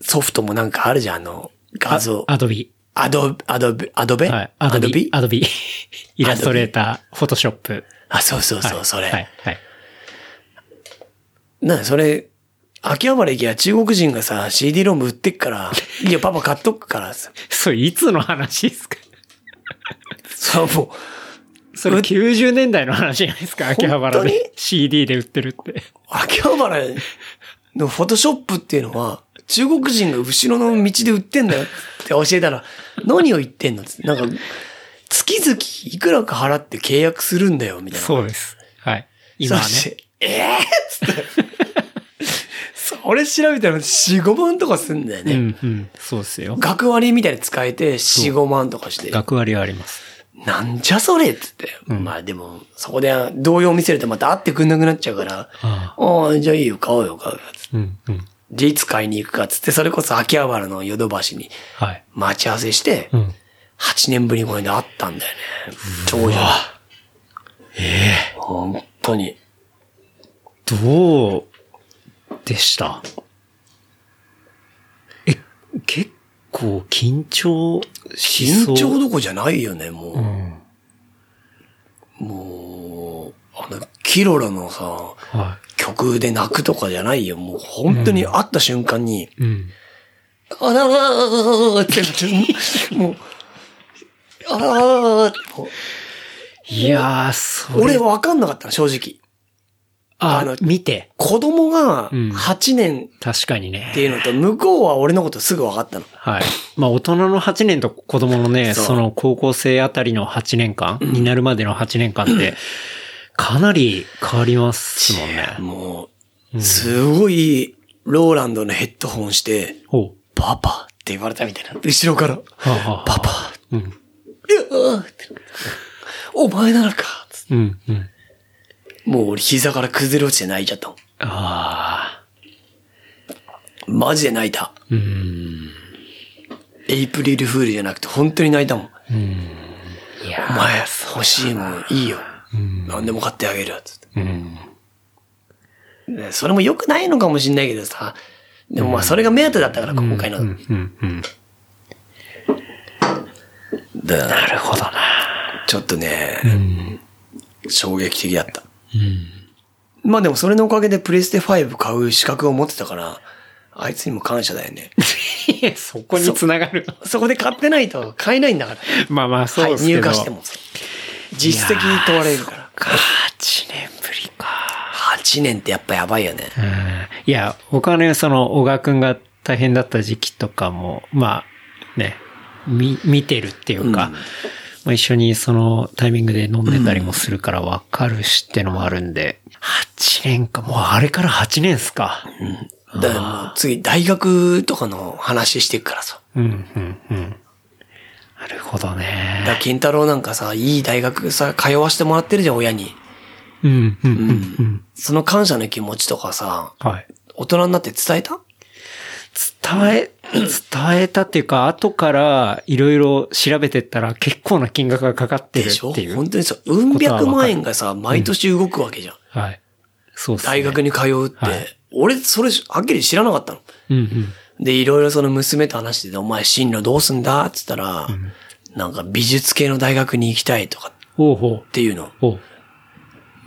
Speaker 2: ソフトもなんかあるじゃん、あの、画像。
Speaker 3: アドビ。
Speaker 2: アド、アドベ、アドベ
Speaker 3: はい。アドビ。アドビ。 イラストレーター、フォトショップ。
Speaker 2: あ、そうそうそう、それ。
Speaker 3: はい。はい。
Speaker 2: な、それ、秋葉原行きゃ中国人がさ、CD ロム売ってっから、いや、パパ買っとくから、さ
Speaker 3: それ、いつの話ですか
Speaker 2: そう、もう、
Speaker 3: それ、90年代の話じゃないですか秋葉
Speaker 2: 本
Speaker 3: 原
Speaker 2: 当に
Speaker 3: で CD で売ってるって。
Speaker 2: 秋葉原のフォトショップっていうのは、中国人が後ろの道で売ってんだよって教えたら、 何を言ってんのつってなんか、月々いくらか払って契約するんだよ、みたいな。
Speaker 3: そうです。はい。今は
Speaker 2: そし
Speaker 3: ね。
Speaker 2: てええー、っつって。それ調べたら4、5万とかすんだよ
Speaker 3: う
Speaker 2: ね。
Speaker 3: ん、うん。そうですよ。
Speaker 2: 学割みたいに使えて4、5万とかして。
Speaker 3: 学割はあります。
Speaker 2: なんじゃそれっつって。
Speaker 3: うん
Speaker 2: まあでも、そこで動揺見せるとまた会ってくんなくなっちゃうから、
Speaker 3: ああ。
Speaker 2: ああ、じゃあいいよ、買おうよ、買おうよ。つって
Speaker 3: うん、うん。
Speaker 2: で、いつ買いに行くかっつって、それこそ秋葉原のヨドバシに
Speaker 3: はい。
Speaker 2: 待ち合わせして、
Speaker 3: うん。
Speaker 2: 8年ぶりごえで会ったんだよね。長女。ええ本当に。
Speaker 3: どうでしたえ、結構緊張しそ
Speaker 2: 緊
Speaker 3: う。
Speaker 2: 張どこじゃないよね、もう。
Speaker 3: うん。
Speaker 2: もう、あの、キロロのさ、
Speaker 3: は
Speaker 2: 曲で泣くとかじゃないよ。もう本当に会った瞬間に、
Speaker 3: い。うん。
Speaker 2: あらーってもう、あらーって、も
Speaker 3: いやー、そうれ。
Speaker 2: 俺、わかんなかったの、正直。
Speaker 3: あ
Speaker 2: あの
Speaker 3: 見て。
Speaker 2: 子供が
Speaker 3: うん
Speaker 2: 8年
Speaker 3: 確かに
Speaker 2: ってい
Speaker 3: ね。
Speaker 2: うのと、向こうは俺のことすぐわかったの。
Speaker 3: はい。まあ、大人の8年と子供のね、
Speaker 2: そう
Speaker 3: その高校生あたりの8年間、になるまでの8年間って、かなり変わりますもんね。
Speaker 2: もう、すごい、ローランドのヘッドホンして、
Speaker 3: ほう。
Speaker 2: パパって言われたみたいな。後ろから、
Speaker 3: はあはあはあ
Speaker 2: パパ、
Speaker 3: うん。
Speaker 2: うわーってお前なのかつって
Speaker 3: うん。うん。
Speaker 2: もう俺膝から崩れ落ちて泣いちゃったもん。
Speaker 3: ああ。
Speaker 2: マジで泣いた。
Speaker 3: うん。
Speaker 2: エイプリルフールじゃなくて本当に泣いたもん。
Speaker 3: いや
Speaker 2: お
Speaker 3: ー
Speaker 2: 前欲しいもんいいよ。何でも買ってあげるよ。つって
Speaker 3: うん。
Speaker 2: ねそれも良くないのかもしんないけどさ。でもまあそれが目当てだったから今回の。
Speaker 3: うんうんうん。
Speaker 2: だから
Speaker 3: なるほどな。
Speaker 2: ちょっとね、
Speaker 3: うん。
Speaker 2: 衝撃的だった。まあでもそれのおかげでプレステ5買う資格を持ってたから、あいつにも感謝だよ ね。
Speaker 3: そこに繋がる。
Speaker 2: そこで買ってないと買えないんだから。
Speaker 3: まあまあ、そう
Speaker 2: は
Speaker 3: で
Speaker 2: い、
Speaker 3: すけ
Speaker 2: 入
Speaker 3: ど。
Speaker 2: 荷しても。実績問われるから。
Speaker 3: か。8年ぶりか。
Speaker 2: 8年ってやっぱやばいよね。
Speaker 3: うん。いや、僕はね、その、小川くんが大変だった時期とかも、まあ、ね、み、見てるっていうか、
Speaker 2: うん
Speaker 3: まあ一緒にそのタイミングで飲んでたりもするからわかるしってのもあるんで、8年か、もうあれから8年っすか。
Speaker 2: だからもう次、大学とかの話していくからさ。
Speaker 3: うん、うん、うん。なるほどね。
Speaker 2: だから金太郎なんかさ、いい大学さ、通わしてもらってるじゃん、親に。
Speaker 3: うん、うん、うん、うん。
Speaker 2: その感謝の気持ちとかさ、
Speaker 3: はい。
Speaker 2: 大人になって伝えた
Speaker 3: 伝え、伝えたっていうか、後からいろいろ調べてったら結構な金額がかかってる
Speaker 2: でしょ
Speaker 3: っていう。
Speaker 2: 本当にさ、うん
Speaker 3: ことはわか
Speaker 2: 百
Speaker 3: る
Speaker 2: 万円がさ、毎年動くわけじゃん。
Speaker 3: はい。そうですね。
Speaker 2: 大学に通うって。
Speaker 3: はい
Speaker 2: 俺、それ、はっきり知らなかったの。
Speaker 3: うんうん。
Speaker 2: で、いろいろその娘と話してて、お前進路どうすんだっつったら、なんか美術系の大学に行きたいとかっ
Speaker 3: おうほ
Speaker 2: ていうの。
Speaker 3: う。おう。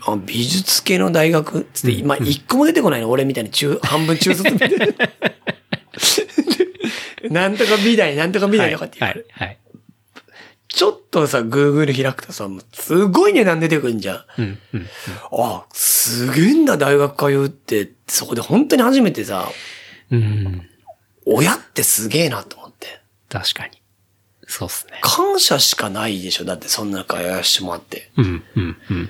Speaker 2: あ美術系の大学つって、今、一個も出てこないの俺みたいに中、半分中卒みた いな。なんとか美大、なんとか美
Speaker 3: は
Speaker 2: 大
Speaker 3: い。
Speaker 2: と
Speaker 3: は
Speaker 2: かって言う、
Speaker 3: い。はい。
Speaker 2: ちょっとさ、Google 開くとさ、もうすごい値段出てくんじゃん。
Speaker 3: うん、うん。
Speaker 2: あ、すげえんだ、大学通うって。そこで本当に初めてさ、
Speaker 3: うん。
Speaker 2: 親ってすげえなと思って。
Speaker 3: 確かに。そうっすね。
Speaker 2: 感謝しかないでしょ。だってそんな中やらしてもらって。
Speaker 3: うん、うん、うん。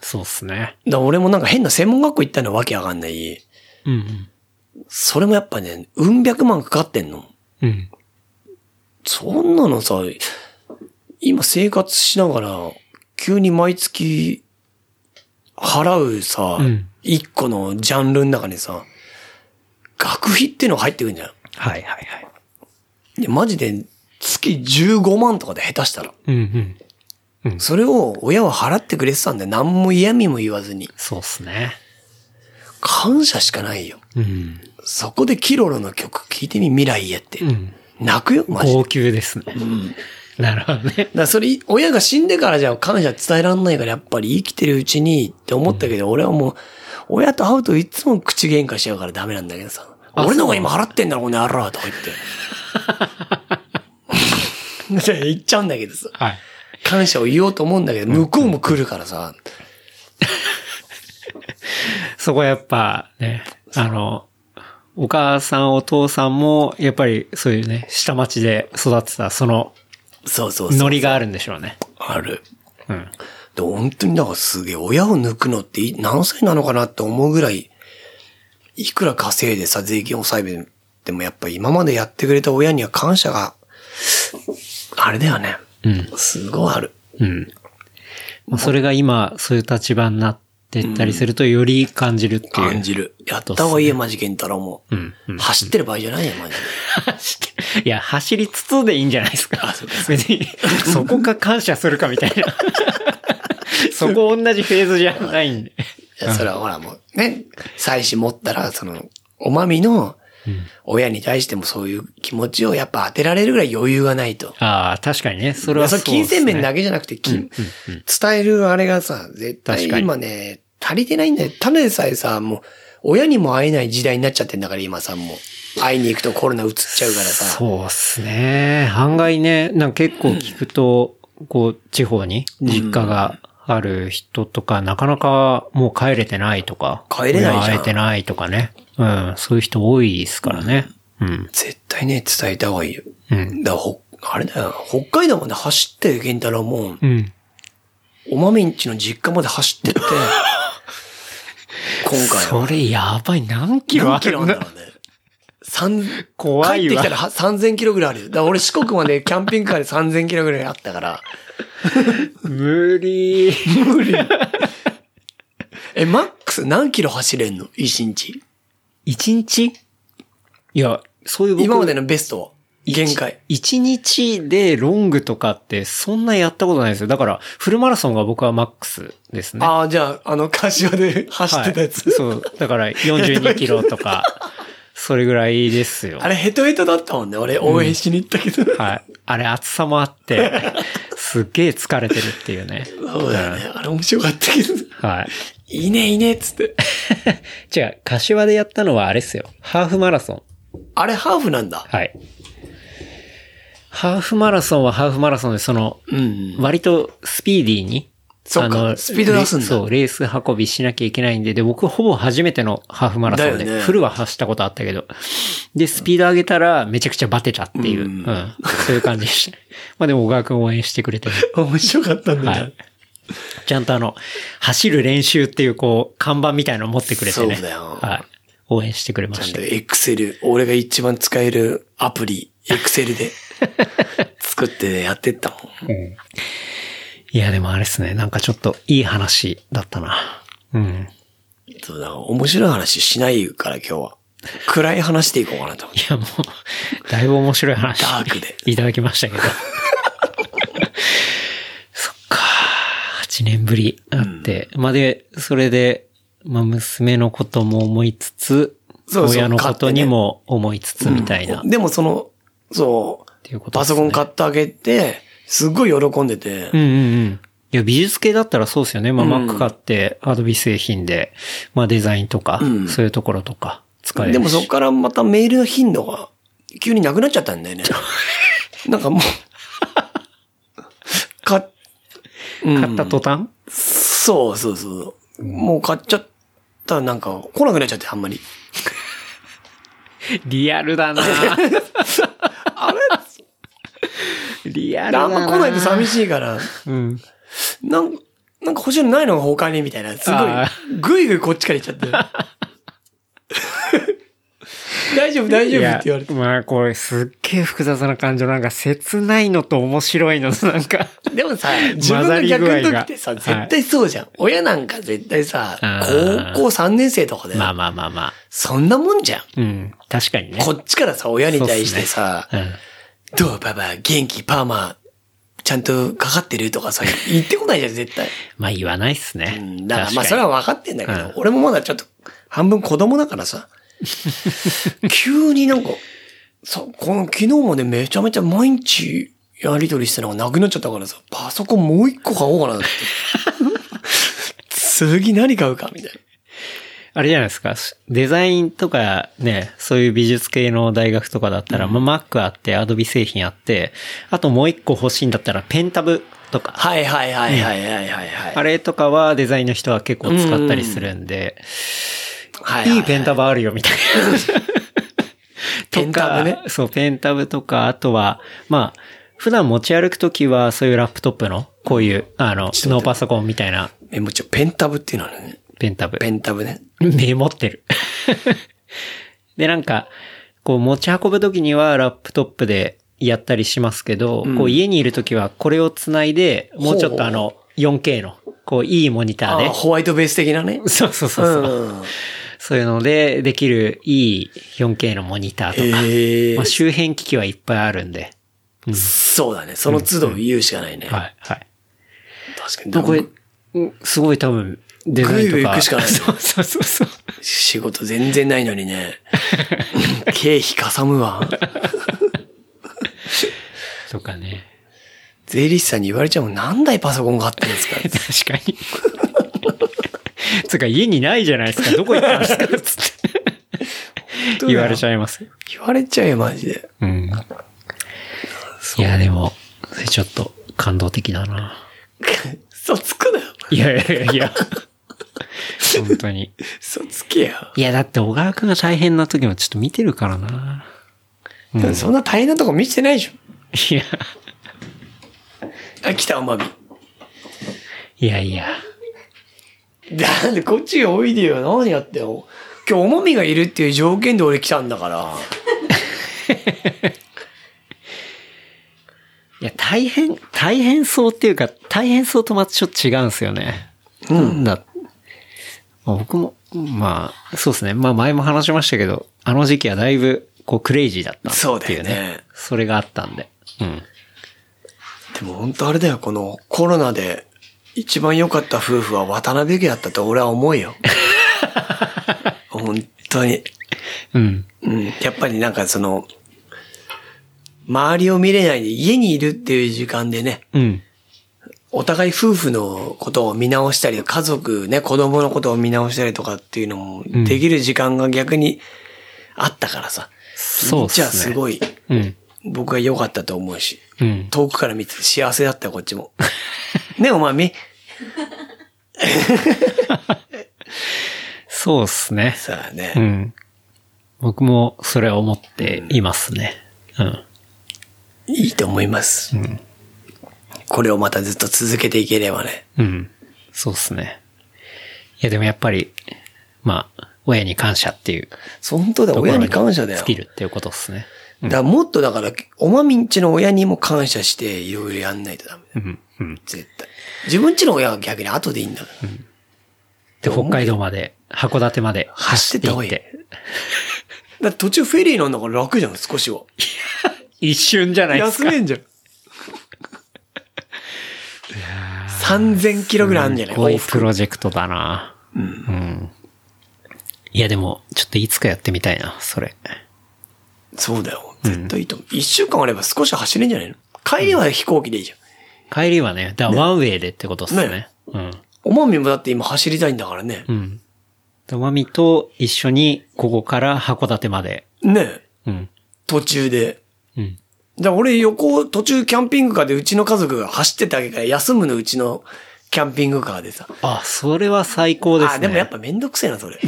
Speaker 3: そうっすね。
Speaker 2: だから俺もなんか変な専門学校行ったのわけわかんない。
Speaker 3: うん、
Speaker 2: それもやっぱね、うん百万かかってんの。
Speaker 3: うん。うん。
Speaker 2: そんなのさ、今生活しながら、急に毎月、払うさ
Speaker 3: うん、
Speaker 2: 一、個のジャンルの中にさ、学費ってのが入ってくんじゃん。
Speaker 3: はい、はい、はい。
Speaker 2: いやマジで、月15万とかで下手したら。
Speaker 3: うん、うん。
Speaker 2: それを親は払ってくれてたんで、何も嫌味も言わずに。
Speaker 3: そうっすね。
Speaker 2: 感謝しかないよ。
Speaker 3: うん。
Speaker 2: そこでキロロの曲聴いてみ、未来へって。
Speaker 3: うん。
Speaker 2: 泣くよ、マジで。
Speaker 3: 高級ですね。なるほどね
Speaker 2: だ。からそれ、親が死んでからじゃ感謝伝えらんないから、やっぱり生きてるうちにって思ったけど、俺はもう、親と会うといつも口喧嘩しちゃうからダメなんだけどさ。
Speaker 3: あ
Speaker 2: 俺の方が今払ってんだろ、この野郎とか言 って。言っちゃうんだけどさ。
Speaker 3: はい。
Speaker 2: 感謝を言おうと思うんだけど、向こうも来るからさ。
Speaker 3: そこはやっぱね、あの、お母さんお父さんも、やっぱりそういうね、下町で育ってた、その、
Speaker 2: そうそうそう。
Speaker 3: ノリがあるんでしょうね。
Speaker 2: ある。
Speaker 3: うん。
Speaker 2: で本当にだからすげえ、親を抜くのってい何歳なのかなって思うぐらい、いくら稼いでさ、税金抑えてもやっぱ今までやってくれた親には感謝が、あれだよね。
Speaker 3: うん。
Speaker 2: すごいある。
Speaker 3: うん。まあ、それが今、そういう立場になってったりすると、より感じるっていう。
Speaker 2: 感じる。やった方がいいよ、マジケンタロウも。
Speaker 3: うん。うん。
Speaker 2: 走ってる場合じゃないよ、マジで。
Speaker 3: 走っていや、走りつつでいいんじゃないですか。別に、そこか感謝するかみたいな。 そこ同じフェーズじゃないんで。
Speaker 2: いやそれはほらもう、ね、妻子持ったら、その、おまみの、親に対してもそういう気持ちをやっぱ当てられるぐらい余裕がないと。
Speaker 3: ああ、確かにね。それ
Speaker 2: いや
Speaker 3: は
Speaker 2: そ
Speaker 3: そう
Speaker 2: れ
Speaker 3: っすね
Speaker 2: 金銭面だけじゃなくて、金伝えるあれがさ、絶対
Speaker 3: 確かに
Speaker 2: 今ね、足りてないんだよ。ただでさえさ、もう、親にも会えない時代になっちゃってんだから、今さ、もう。会いに行くとコロナ移っちゃうからさ。
Speaker 3: そうっすね。案外ね、なんか結構聞くと、こう、地方に実家がある人とか、なかなかもう帰れてないとか。
Speaker 2: 帰れないじゃん
Speaker 3: 会えてないとかね。うん、そういう人多いですからね。うん。
Speaker 2: 絶対ね、伝えた方がいいよ。
Speaker 3: うん。
Speaker 2: だからほ、あれだよ、北海道まで走って、健太郎もう、
Speaker 3: うん。
Speaker 2: おまみんちの実家まで走 ってって、今回は。
Speaker 3: それやばい。何キロあ
Speaker 2: 何キ
Speaker 3: る
Speaker 2: ロあ
Speaker 3: の
Speaker 2: んだろうね。三、
Speaker 3: 怖いわ
Speaker 2: 帰ってきたらは3000キロぐらいあるよ。だから俺四国までキャンピングカーで3000キロぐらいあったから。
Speaker 3: 無理。
Speaker 2: 無理。え、マックス何キロ走れんの一日。
Speaker 3: 一日いや、そういう僕
Speaker 2: 今までのベストは限界。
Speaker 3: 一日でロングとかってそんなやったことないですよ。だから、フルマラソンが僕はマックスですね。
Speaker 2: ああ、じゃあ、あの、柏で走ってたやつ。
Speaker 3: はいそう。だから42キロとか、それぐらいですよ。
Speaker 2: あれ、ヘトヘトだったもんね。俺、応援しに行ったけど。
Speaker 3: はい。あれ暑さもあって、すっげえ疲れてるっていうね。
Speaker 2: そうだよね。あれ、面白かったけど。
Speaker 3: はい。
Speaker 2: いいね、いいね、っつって。
Speaker 3: じゃあ、柏でやったのはあれですよ。ハーフマラソン。
Speaker 2: あれ、ハーフなんだ。
Speaker 3: はい。ハーフマラソンはハーフマラソンで、その、
Speaker 2: うん。
Speaker 3: 割とスピーディーに、
Speaker 2: そっか
Speaker 3: あの
Speaker 2: スピード出すんだ
Speaker 3: レそう、レース運びしなきゃいけないんで、で、僕ほぼ初めてのハーフマラソン
Speaker 2: だ
Speaker 3: で、
Speaker 2: よね
Speaker 3: フルは走ったことあったけど、で、スピード上げたらめちゃくちゃバテたっていう、
Speaker 2: う
Speaker 3: うんん、そういう感じでした。 まあでも小川くん応援してくれてる。
Speaker 2: 面白かったんだ
Speaker 3: は
Speaker 2: よ。
Speaker 3: い。ちゃんとあの、走る練習っていうこう、看板みたいなの持ってくれてね。
Speaker 2: そうだよ
Speaker 3: はい。応援してくれま
Speaker 2: ちゃ
Speaker 3: し
Speaker 2: ん
Speaker 3: た
Speaker 2: と。エクセル、俺が一番使えるアプリ、エクセルで作ってやってったもん。
Speaker 3: いや、でもあれですね。なんかちょっといい話だったな。うん。
Speaker 2: そうだ、面白い話しないから今日は。暗い話でいこうかなと思って。
Speaker 3: いや、もう、だいぶ面白い話。
Speaker 2: ダークで
Speaker 3: いただきましたけど。 そっか。8年ぶりあって。まあ、で、それで、まあ、娘のことも思いつつ、
Speaker 2: そうそう
Speaker 3: 親のことにも思いつつみたいな。っ
Speaker 2: でもその、そう、
Speaker 3: ていうこと
Speaker 2: パ
Speaker 3: です
Speaker 2: ソ
Speaker 3: ね
Speaker 2: コン買ってあげて、すっごい喜んでて、
Speaker 3: うんうんうん。いや、美術系だったらそうですよね。まあ、
Speaker 2: うん
Speaker 3: Mac 買って、Adobe 製品で、まあ、デザインとか、
Speaker 2: うん
Speaker 3: そういうところとか、使えるし。
Speaker 2: でもそこからまたメー ルの頻度が急になくなっちゃったんだよね。なんかもう、うん
Speaker 3: 買った途端
Speaker 2: そうそうそう。もう買っちゃったらなんか来なくなっちゃって、あんまり。
Speaker 3: リアルだ な
Speaker 2: あれ
Speaker 3: リアルだな
Speaker 2: あんま来ないと寂しいから、
Speaker 3: うん。
Speaker 2: なんか、なんか欲しいのないのが他にみたいな。す
Speaker 3: ああ
Speaker 2: ごい、ぐいぐいこっちから行っち ゃって。大丈夫、大丈夫って言われて
Speaker 3: い。やまあこれすっげえ複雑な感情。なんか切ないのと面白いのとなんか。
Speaker 2: でもさ、自分の逆の時ってさ、絶対そうじゃん。親なんか絶対さ
Speaker 3: あ、ー
Speaker 2: 高校3年生とかで、
Speaker 3: まあまあまあまあ。
Speaker 2: そんなもんじゃん。
Speaker 3: うん。確かにね。
Speaker 2: こっちからさ、親に対してさ、
Speaker 3: うん。
Speaker 2: どうパパ、元気、パーマ、ちゃんとかかってるとかさ、言ってこないじゃん、絶対。
Speaker 3: まあ言わないっす
Speaker 2: う
Speaker 3: ね
Speaker 2: ん。だからまあそれは分かってんだけど、
Speaker 3: うん
Speaker 2: 俺もまだちょっと半分子供だから さ、急になんか、さ、この昨日までめちゃめちゃ毎日やりとりしてたのがなくなっちゃったからさ、パソコンもう一個買おうかなって。 次何買うかみたい
Speaker 3: あれじゃないですか。デザインとかね、そういう美術系の大学とかだったら、まあ Mac あって、Adobe 製品あって、あともう一個欲しいんだったら、ペンタブと
Speaker 2: な。
Speaker 3: か。
Speaker 2: はいはいはいはいはいはいはい。
Speaker 3: あれとかはデザインの人は結構使ったりするんで、
Speaker 2: はいはいはい
Speaker 3: いいペンタブあるよみたいな。
Speaker 2: ペンタブね
Speaker 3: とかそう、ペンタブとか、あとは、まあ、普段持ち歩くときは、そういうラップトップの、こういう、あの、ノーパソコンみたいな
Speaker 2: え、もちろんペンタブっていうのはね、
Speaker 3: ペンタブ。
Speaker 2: ペンタブね。
Speaker 3: メモっ てる。で、なんか、こう持ち運ぶときにはラップトップでやったりしますけど、こう家にいるときはこれをつないで、もうちょっとあの、4K の、こういいモニター
Speaker 2: あ
Speaker 3: で。
Speaker 2: ホワイトベース的なね。
Speaker 3: そうそうそううそう。
Speaker 2: ん。
Speaker 3: そういうので、できるいい 4K のモニターとか、
Speaker 2: ええ
Speaker 3: まあ、周辺機器はいっぱいあるんで。
Speaker 2: そうだね。その都度言うしかないね。
Speaker 3: はい、はい。
Speaker 2: 確かに。
Speaker 3: でこれ、すごい多分、デザインとか。
Speaker 2: ぐいぐい行くしかない
Speaker 3: そうそうそうそう。
Speaker 2: 仕事全然ないのにね。 経費かさむわ。
Speaker 3: とかね。
Speaker 2: 税理士さんに言われちゃうもん。何台パソコン買ってんですか
Speaker 3: 確かに。つうか、家にないじゃないですか。どこ行ったんですかつ って。 言われちゃいます。
Speaker 2: 言われちゃうよ、マジで。
Speaker 3: うん。いや、でも、それちょっと感動的だな。
Speaker 2: 嘘つくなよ。
Speaker 3: いやいやいや。本当に。
Speaker 2: 嘘つけよ。
Speaker 3: いや、だって小川くんが大変な時もちょっと見てるからな。
Speaker 2: そんな大変なとこ見せてないでしょ。
Speaker 3: いや、
Speaker 2: あ、来た、おまみ。
Speaker 3: いやいや。
Speaker 2: なんで、こっちおいでよ。何やってよ。今日、おまみがいるっていう条件で俺来たんだから。
Speaker 3: いや、大変、大変そうっていうか、大変そうとまたちょっと違うんですよね。なんだ。まあ僕も、まあ、そうですね。まあ前も話しましたけど、あの時期はだいぶ、こう、クレイジーだったっていうね。
Speaker 2: そうだよね
Speaker 3: それがあったんで。うん。
Speaker 2: でも本当あれだよ、このコロナで一番良かった夫婦は渡辺家だったと俺は思う よ。本当に。
Speaker 3: うん。
Speaker 2: うん。やっぱりなんかその、周りを見れないで家にいるっていう時間でね、
Speaker 3: うん。
Speaker 2: お互い夫婦のことを見直したり、家族ね、子供のことを見直したりとかっていうのもできる時間が逆にあったからさ。
Speaker 3: そうっすね。
Speaker 2: じゃあすごい、
Speaker 3: うん。
Speaker 2: 僕は良かったと思うし。
Speaker 3: うん。
Speaker 2: 遠くから見てて幸せだったよ、こっち も。ね、おまみ。
Speaker 3: そうっすね。
Speaker 2: さあね。
Speaker 3: うん。僕もそれは思っていますね。うん。
Speaker 2: いいと思います。これをまたずっと続けていければね。
Speaker 3: うん。そうっすね。いや、でもやっぱり、まあ、親に感謝っていう
Speaker 2: 本当だ、
Speaker 3: ところ
Speaker 2: 親に感謝だよ。
Speaker 3: 尽きるっていうことですね。
Speaker 2: だからもっとだから、おまみんちの親にも感謝して、いろいろやんないとダメだよ。
Speaker 3: うん。うん。
Speaker 2: 絶対。自分ちの親は逆に後でいいんだから。
Speaker 3: で、北海道まで、函館まで
Speaker 2: 走
Speaker 3: 走
Speaker 2: っ
Speaker 3: ってて
Speaker 2: た
Speaker 3: い
Speaker 2: 方がい
Speaker 3: っ
Speaker 2: い
Speaker 3: て。
Speaker 2: だって途中フェリーなんだから楽じゃん、少しは。
Speaker 3: 一瞬じゃないです
Speaker 2: 休
Speaker 3: か。
Speaker 2: めんじゃん。3000キロぐらいあるんじゃない
Speaker 3: こうい
Speaker 2: 往
Speaker 3: うプ
Speaker 2: 復
Speaker 3: ロジェクトだな。うん。いや、でも、ちょっといつかやってみたいな、それ。
Speaker 2: そうだよ。絶対いいと思う。1週間あれば少し走れんじゃないの帰りは飛行機でいいじゃん。
Speaker 3: 帰りはね、だからワンウェイでってことっすね。
Speaker 2: ね
Speaker 3: うん。
Speaker 2: おまみもだって今走りたいんだからね
Speaker 3: う。ん。だマミと一緒に、ここから函館まで。
Speaker 2: ねえ
Speaker 3: うん。
Speaker 2: 途中で。
Speaker 3: うん。
Speaker 2: じゃあ俺横、途中キャンピングカーでうちの家族が走ってたわけから休むのうちのキャンピングカーでさ。
Speaker 3: あ、それは最高です
Speaker 2: あ、
Speaker 3: ね。
Speaker 2: でもやっぱめんどくせえな、それ。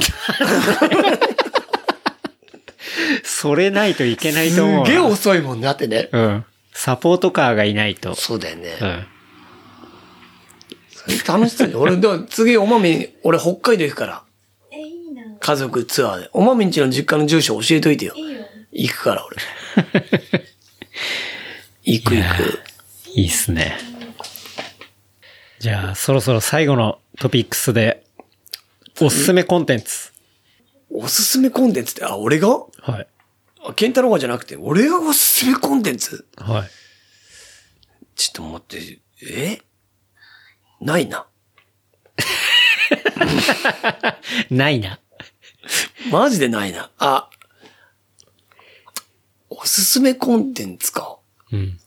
Speaker 3: それないといけない
Speaker 2: す
Speaker 3: と思う。
Speaker 2: げえ遅いもんね、だってね。
Speaker 3: うん。サポートカーがいないと。
Speaker 2: そうだよね。
Speaker 3: うん。
Speaker 2: 楽しそう に。俺、でも次おまみに、俺北海道行くから。家族ツアーで。おまみんちの実家の住所教えといてよ。行くから、俺。行く行く。
Speaker 3: いいっすね。じゃあ、そろそろ最後のトピックスで、おすすめコンテンツ。
Speaker 2: おすすめコンテンツって、あ、俺が
Speaker 3: はい。
Speaker 2: あケンタロウがじゃなくて、俺がおすすめコンテンツ
Speaker 3: はい。
Speaker 2: ちょっと待って、えないな。
Speaker 3: ないな。
Speaker 2: マジでないな。あ、おすすめコンテンツか。
Speaker 3: うん。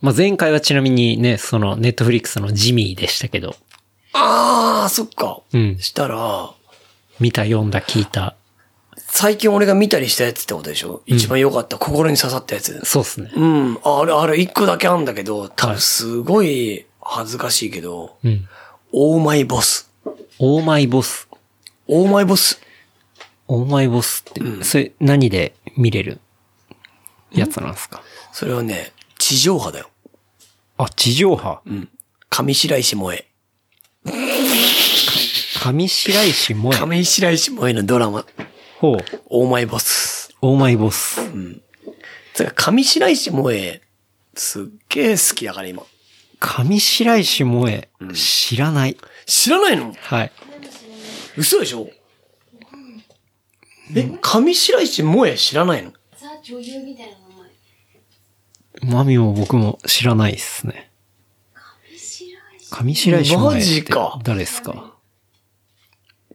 Speaker 3: まあ、前回はちなみにね、その、ネットフリックスのジミーでしたけど、
Speaker 2: あー、そっか。
Speaker 3: うん
Speaker 2: したら、
Speaker 3: 見た、読んだ、聞いた。
Speaker 2: 最近俺が見たりしたやつってことでしょ、一番良かった、心に刺さったやつ。
Speaker 3: そうっすね。
Speaker 2: うん。あれ、あれ、一個だけあんだけど、多分すごい恥ずかしいけど、
Speaker 3: うん。
Speaker 2: オーマイボス。
Speaker 3: オーマイボス。
Speaker 2: オーマイボス。
Speaker 3: オーマイボスって、それ何で見れるやつなんですか
Speaker 2: それはね、地上波だよ。
Speaker 3: あ、地上波。
Speaker 2: 上白石萌え。
Speaker 3: 上白石萌え。
Speaker 2: 上白石萌えのドラマ、
Speaker 3: ほう。
Speaker 2: オーマイボス。
Speaker 3: オーマイボス。
Speaker 2: つうか、上白石萌え、すっげえ好きだから今。
Speaker 3: 上白石萌え、知らない。
Speaker 2: 知らないの
Speaker 3: はい。
Speaker 2: 嘘でしょえ、上白石萌え知らないの
Speaker 4: ザ女優みたいな名前。
Speaker 3: マミも僕も知らないっすね。
Speaker 4: 白石
Speaker 3: 上白石萌えって
Speaker 2: マジか
Speaker 3: 誰ですか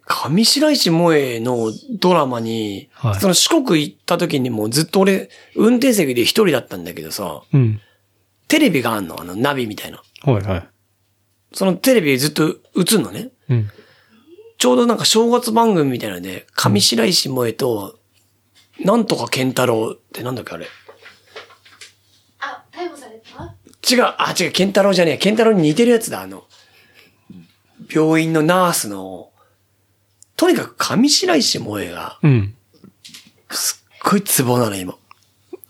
Speaker 2: 上白石萌えのドラマに、
Speaker 3: はい
Speaker 2: その四国行った時にもうずっと俺、運転席で一人だったんだけどさ、
Speaker 3: うん。
Speaker 2: テレビがあんのあの、ナビみたいな。
Speaker 3: はいはい。
Speaker 2: そのテレビずっと映んのね。
Speaker 3: うん。
Speaker 2: ちょうどなんか正月番組みたいなので、上白石萌えと、なんとか健太郎ってなんだっけあれ。
Speaker 4: あ、逮捕された
Speaker 2: 違う、あ、違う、健太郎じゃねえ。健太郎に似てるやつだ、あの。病院のナースの、とにかく上白石萌えが、
Speaker 3: うん。
Speaker 2: すっごいツボなの、今。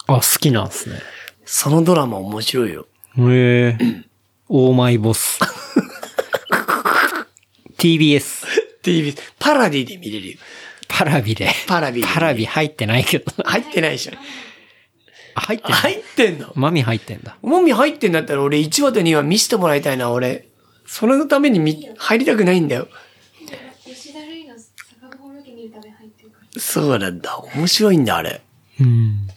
Speaker 3: あ、好きなんですね。
Speaker 2: そのドラマ面白いよ。
Speaker 3: へえ。オーマイボ ス。TBS。
Speaker 2: TV、パラディで見れるよ。
Speaker 3: パラビで。
Speaker 2: パラビで
Speaker 3: パラビ入ってないけど。
Speaker 2: 入ってないじゃん。
Speaker 3: あ入ってない。
Speaker 2: 入ってんの
Speaker 3: マミ入ってんだ。
Speaker 2: もみ入ってんだったら俺1話と2話見せてもらいたいな、俺。それのためにみ入りたくないんだよ。
Speaker 4: 吉田類の坂本ロケ見るため入ってるから。
Speaker 2: そうなんだ。面白いんだ、あれ。
Speaker 3: うん。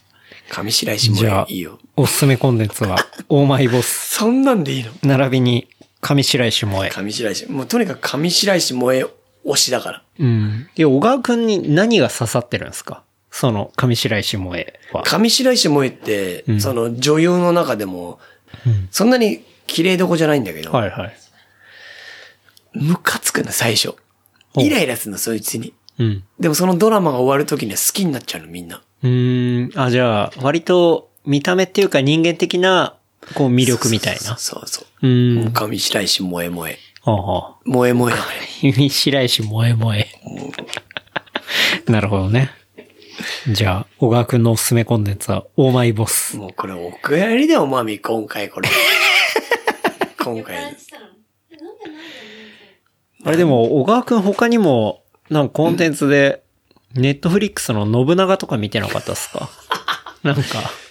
Speaker 2: 上白石
Speaker 3: じ
Speaker 2: 萌
Speaker 3: ゃあ
Speaker 2: え、いいよ。、
Speaker 3: おすすめコンテンツ は、オーマイボス。
Speaker 2: そんなんでいいの
Speaker 3: 並びに、上白石萌え。
Speaker 2: 上白石。もうとにかく上白石萌え推しだから。
Speaker 3: うん。で、小川くんに何が刺さってるんですかその、上白石萌えは。
Speaker 2: 上白石萌えって、
Speaker 3: うん
Speaker 2: その女優の中でも、
Speaker 3: うん
Speaker 2: そんなに綺麗どこじゃないんだけど、
Speaker 3: はいはい。
Speaker 2: ムカつくの、最初。
Speaker 3: ほう
Speaker 2: イライラするの、そいつに。
Speaker 3: うん。
Speaker 2: でもそのドラマが終わるときには好きになっちゃうの、みんな。
Speaker 3: うーん。あ、じゃあ、割と、見た目っていうか人間的な、こう、魅力みたいな。
Speaker 2: そうそう
Speaker 3: う
Speaker 2: そう。
Speaker 3: ー。
Speaker 2: もうん上白石萌え萌え。
Speaker 3: ああ。
Speaker 2: 萌え萌えだね。
Speaker 3: 上白石萌え萌え。 なるほどね。じゃあ、小川くんのおすすめコンテンツは、オーマイボス。
Speaker 2: もうこれお蔵入りだよ、マミ、今回 これ。今回
Speaker 4: 酔っ払っ。てたのえ飲んでないよね
Speaker 3: あれでも、小川くん他にも、なんかコンテンツで、ネットフリックスの信長とか見てなかったっす かなんか。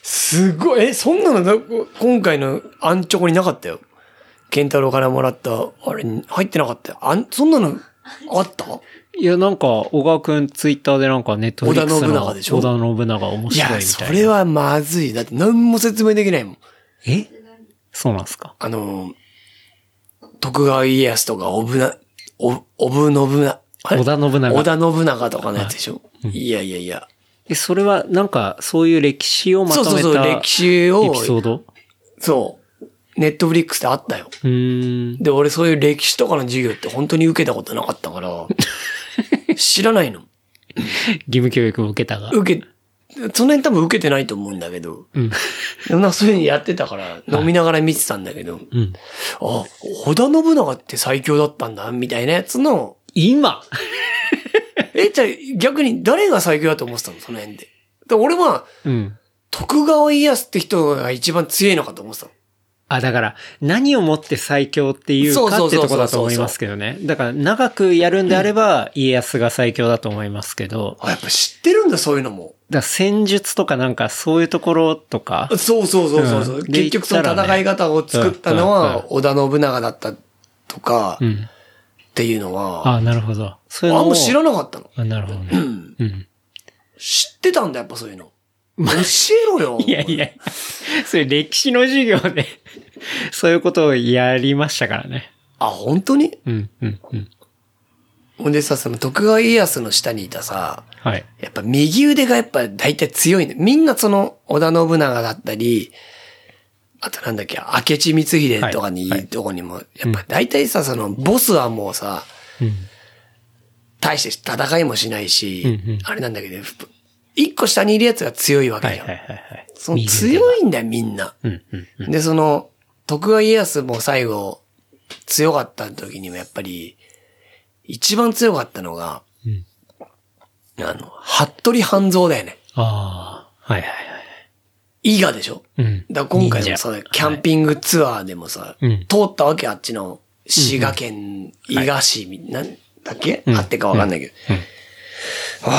Speaker 2: すごい、え、そんなのな、今回のアンチョコになかったよ。ケンタロウからもらった、あれに入ってなかったよ。あん、そんなの、あった
Speaker 3: いや、なんか、小川くんツイッターでなんかネットフリックスの
Speaker 2: 織田信長でしょ
Speaker 3: 織田信長面
Speaker 2: い
Speaker 3: 白いみたいな。
Speaker 2: や、それ。はまずい。だって何も説明できないもん。
Speaker 3: えそうなんすか
Speaker 2: あの、徳川家康とか、おぶな、お、おぶのぶな、あれ
Speaker 3: 織田信長
Speaker 2: 織田信長とかのやつでしょ、いやいやいや。
Speaker 3: え、それは、なんか、そういう歴史をまと
Speaker 2: そう
Speaker 3: めた
Speaker 2: そうそう、歴史
Speaker 3: エ
Speaker 2: を
Speaker 3: ピ、ソード
Speaker 2: そう、ネットフリックスであったよ。
Speaker 3: うーん。
Speaker 2: で、俺そういう歴史とかの授業って本当に受けたことな かったから、知らないの。
Speaker 3: 義務教育を受けたが。
Speaker 2: 受け、その辺多分受けてないと思うんだけど、
Speaker 3: うん。
Speaker 2: でもなんかそういうのやってたから、飲みながら見てたんだけど、
Speaker 3: うん。
Speaker 2: あ、織田信長って最強だったんだ、みたいなやつ の、
Speaker 3: 今
Speaker 2: え、じゃあ逆に誰が最強だと思ってたのその辺で。で俺は、
Speaker 3: うん。
Speaker 2: 徳川家康って人が一番強いのかと思ってたの。
Speaker 3: あ、だから、何をもって最強っていう
Speaker 2: そう
Speaker 3: か
Speaker 2: そ
Speaker 3: っ
Speaker 2: う
Speaker 3: て
Speaker 2: そうそ
Speaker 3: と
Speaker 2: うそう
Speaker 3: こだと思いますけどね。だから、長くやるんであれば、家康が最強だと思いますけど、だか
Speaker 2: あ、やっぱ知ってるんだ、そういうのも。
Speaker 3: ら戦術とかなんかそういうところとか、
Speaker 2: そうそうそうそうそう、
Speaker 3: うん
Speaker 2: 結局その戦い方を作ったの
Speaker 3: うんうん
Speaker 2: は、織田信長だったとか
Speaker 3: う、ん。
Speaker 2: っていうのは、
Speaker 3: あ、なるほど。そういうの
Speaker 2: あ
Speaker 3: を
Speaker 2: んま知らなかったの。
Speaker 3: あ、なるほどね。うん。
Speaker 2: 知ってたんだ、やっぱそういうの。教えろよ。
Speaker 3: いやいや、それ歴史の授業で、 そういうことをやりましたからね。
Speaker 2: あ、本当に
Speaker 3: うん、うん、うん。
Speaker 2: ほんでさ、その徳川家康の下にいたさ、
Speaker 3: はい。
Speaker 2: やっぱ右腕がやっぱ大体強いね。みんなその織田信長だったり、あとなんだっけ、明智光秀とかに、
Speaker 3: はい
Speaker 2: いいとこにも、やっぱ大体さ、そのボスはもうさ、
Speaker 3: うん。
Speaker 2: 大して戦いもしないし、
Speaker 3: うんうん
Speaker 2: あれなんだけど、ふ一個下にいるやつが強いわけ
Speaker 3: は
Speaker 2: じゃ
Speaker 3: い、
Speaker 2: ん。
Speaker 3: はい、はい、はい。
Speaker 2: その
Speaker 3: い。
Speaker 2: 強いんだよ、みんな。
Speaker 3: うん、うん、うん。
Speaker 2: で、その、徳川家康も最後、強かった時にもやっぱり、一番強かったのが、
Speaker 3: うん
Speaker 2: あの、服部半蔵だよね。
Speaker 3: ああ、はい、はい、はい。
Speaker 2: 伊賀でしょ
Speaker 3: うん。
Speaker 2: だから今回も
Speaker 3: 忍
Speaker 2: さ
Speaker 3: 者、
Speaker 2: キャンピングツアーでもさ、
Speaker 3: うん
Speaker 2: 通ったわけあっちの滋賀県伊賀市、みなんだっけ、
Speaker 3: ん
Speaker 2: あってかわかんないけど。
Speaker 3: うんうん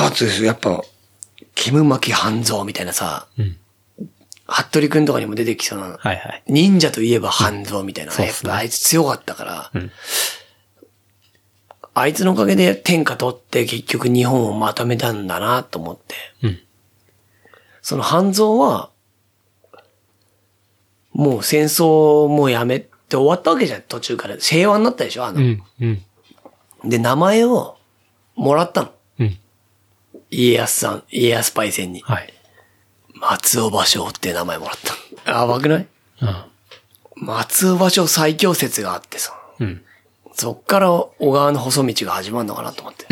Speaker 2: ああ、そうです。やっぱ、キムマキ半蔵みたいなさ、
Speaker 3: うん。
Speaker 2: 服部くんとかにも出てきそうな、
Speaker 3: はい、はい。
Speaker 2: 忍者といえば半蔵みたいな。
Speaker 3: そうっ
Speaker 2: やっ
Speaker 3: すね
Speaker 2: ぱあいつ強かったから、
Speaker 3: うん
Speaker 2: あいつのおかげで天下取って結局日本をまとめたんだなと思って。
Speaker 3: うん。
Speaker 2: その半蔵は、もう戦争もやめて終わったわけじゃん、途中から。平和になったでしょあ
Speaker 3: う
Speaker 2: の、
Speaker 3: ん、うん、
Speaker 2: で、名前をもらったの。
Speaker 3: うん。
Speaker 2: 家康さん、家康パイセンに。
Speaker 3: はい。
Speaker 2: 松尾芭蕉って名前もらったの。あ、わくない
Speaker 3: あ
Speaker 2: 松尾芭蕉最強説があってさ。
Speaker 3: ーうん。
Speaker 2: そっから小川の細道が始まるのかなと思 って。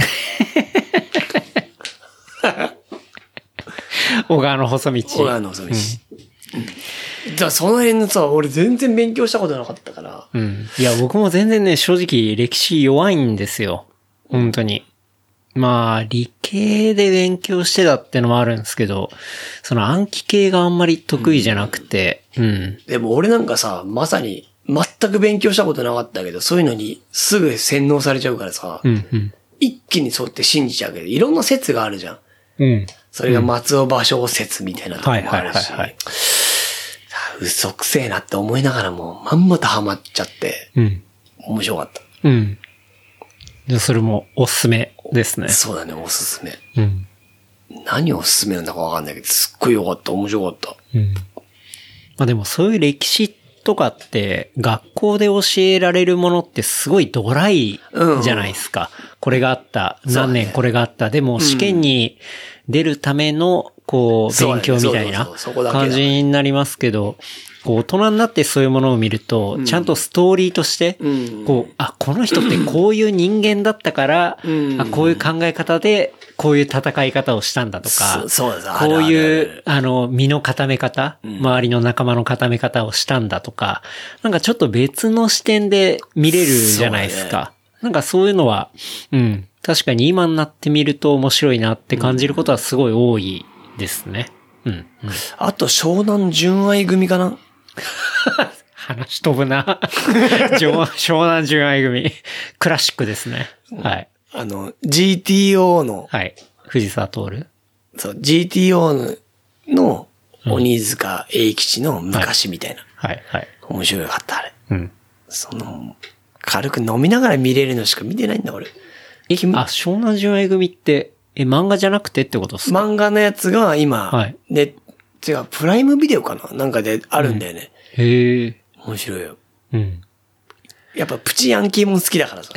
Speaker 3: 小川の細道。
Speaker 2: 小川の細道。うんじゃあその辺のさ、俺全然勉強したことなかったから。
Speaker 3: うん。いや、僕も全然ね、正直歴史弱いんですよ。本当に。まあ、理系で勉強してたってのもあるんですけど、その暗記系があんまり得意じゃなくて、うん。
Speaker 2: でも俺なんかさ、まさに全く勉強したことなかったけど、そういうのにすぐ洗脳されちゃうからさ、
Speaker 3: うん、うん。
Speaker 2: 一気にそうやって信じちゃうけど、いろんな説があるじゃん。
Speaker 3: うん。
Speaker 2: それが松尾芭蕉説みたいなとこも
Speaker 3: はいは
Speaker 2: あ
Speaker 3: いは
Speaker 2: る
Speaker 3: い
Speaker 2: し、
Speaker 3: はい。
Speaker 2: 嘘くせえなって思いながらも、まんまとハマっちゃって、
Speaker 3: うん。
Speaker 2: 面白かった。
Speaker 3: うん。じゃあそれもおすすめですね。
Speaker 2: そうだね、おすすめ。
Speaker 3: うん。
Speaker 2: 何をおすすめなんだかわかんないけど、すっごい良かった、面白かった。
Speaker 3: うん。まあでもそういう歴史とかって学校で教えられるものってすごいドライじゃないですか。これがあった、
Speaker 2: そう
Speaker 3: 何
Speaker 2: だね
Speaker 3: 年これがあった。でも試験に出るためのこう
Speaker 2: そうだ
Speaker 3: 勉
Speaker 2: ね
Speaker 3: 強みたいな
Speaker 2: そうそうそうそこだけだ
Speaker 3: 感じになりますけど、こう大人になってそういうものを見ると、ちゃんとストーリーとして、
Speaker 2: うん
Speaker 3: こう、あ、この人ってこういう人間だったから、
Speaker 2: うん
Speaker 3: あこういう考え方で、こういう戦い方をしたんだとか
Speaker 2: そ、そうだ
Speaker 3: こう
Speaker 2: あるあるあ
Speaker 3: いう
Speaker 2: る、
Speaker 3: あの、身の固め方、周りの仲間の固め方をしたんだとか、なんかちょっと別の視点で見れるじゃないですか。なんかそういうのは、うん、確かに今になってみると面白いなって感じることはすごい多いですね。うん。うん、
Speaker 2: あと湘南純愛組かな
Speaker 3: 話飛ぶ な。上湘南純愛組。クラシックですね。はい。
Speaker 2: あの、GTO の、
Speaker 3: はい。藤沢徹。
Speaker 2: そう、GTO の鬼塚英吉の昔みたいな。
Speaker 3: はい、はい。
Speaker 2: 面白かった、あれ。
Speaker 3: うん。
Speaker 2: その、軽く飲みながら見れるのしか見てないんだ、俺。
Speaker 3: え、あ、湘南純愛組って、え、漫画じゃなくてってことですか
Speaker 2: 漫画のやつが今、
Speaker 3: はい
Speaker 2: ね、違う、プライムビデオかななんかであるんだよね。
Speaker 3: へえ。
Speaker 2: 面白いよ。
Speaker 3: うん。
Speaker 2: やっぱプチヤンキーもん好きだから さ。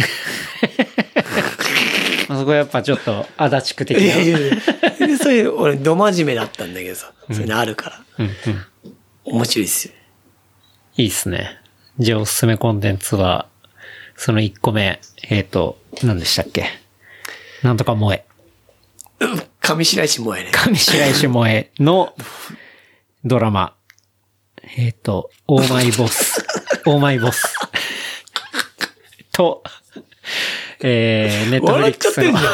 Speaker 3: まあ、そこはやっぱちょっと、足立区的
Speaker 2: いやいや
Speaker 3: な。
Speaker 2: いや。でそういう、俺、ど真面目だったんだけどさ。そういうのあるから。
Speaker 3: うんうん。
Speaker 2: 面白いっすよ。
Speaker 3: いいっすね。じゃあおすすめコンテンツは、その1個目、えっ、と、何でしたっけなんとか萌え。
Speaker 2: 上白石萌えね。
Speaker 3: 上白石萌えのドラマ。えっ、と、オーマイボス。オーマイボス。と、えー、ネットフリ
Speaker 2: 笑っ
Speaker 3: ッ
Speaker 2: ちゃっ
Speaker 3: ク
Speaker 2: て
Speaker 3: ス
Speaker 2: ん
Speaker 3: の
Speaker 2: じ。ゃ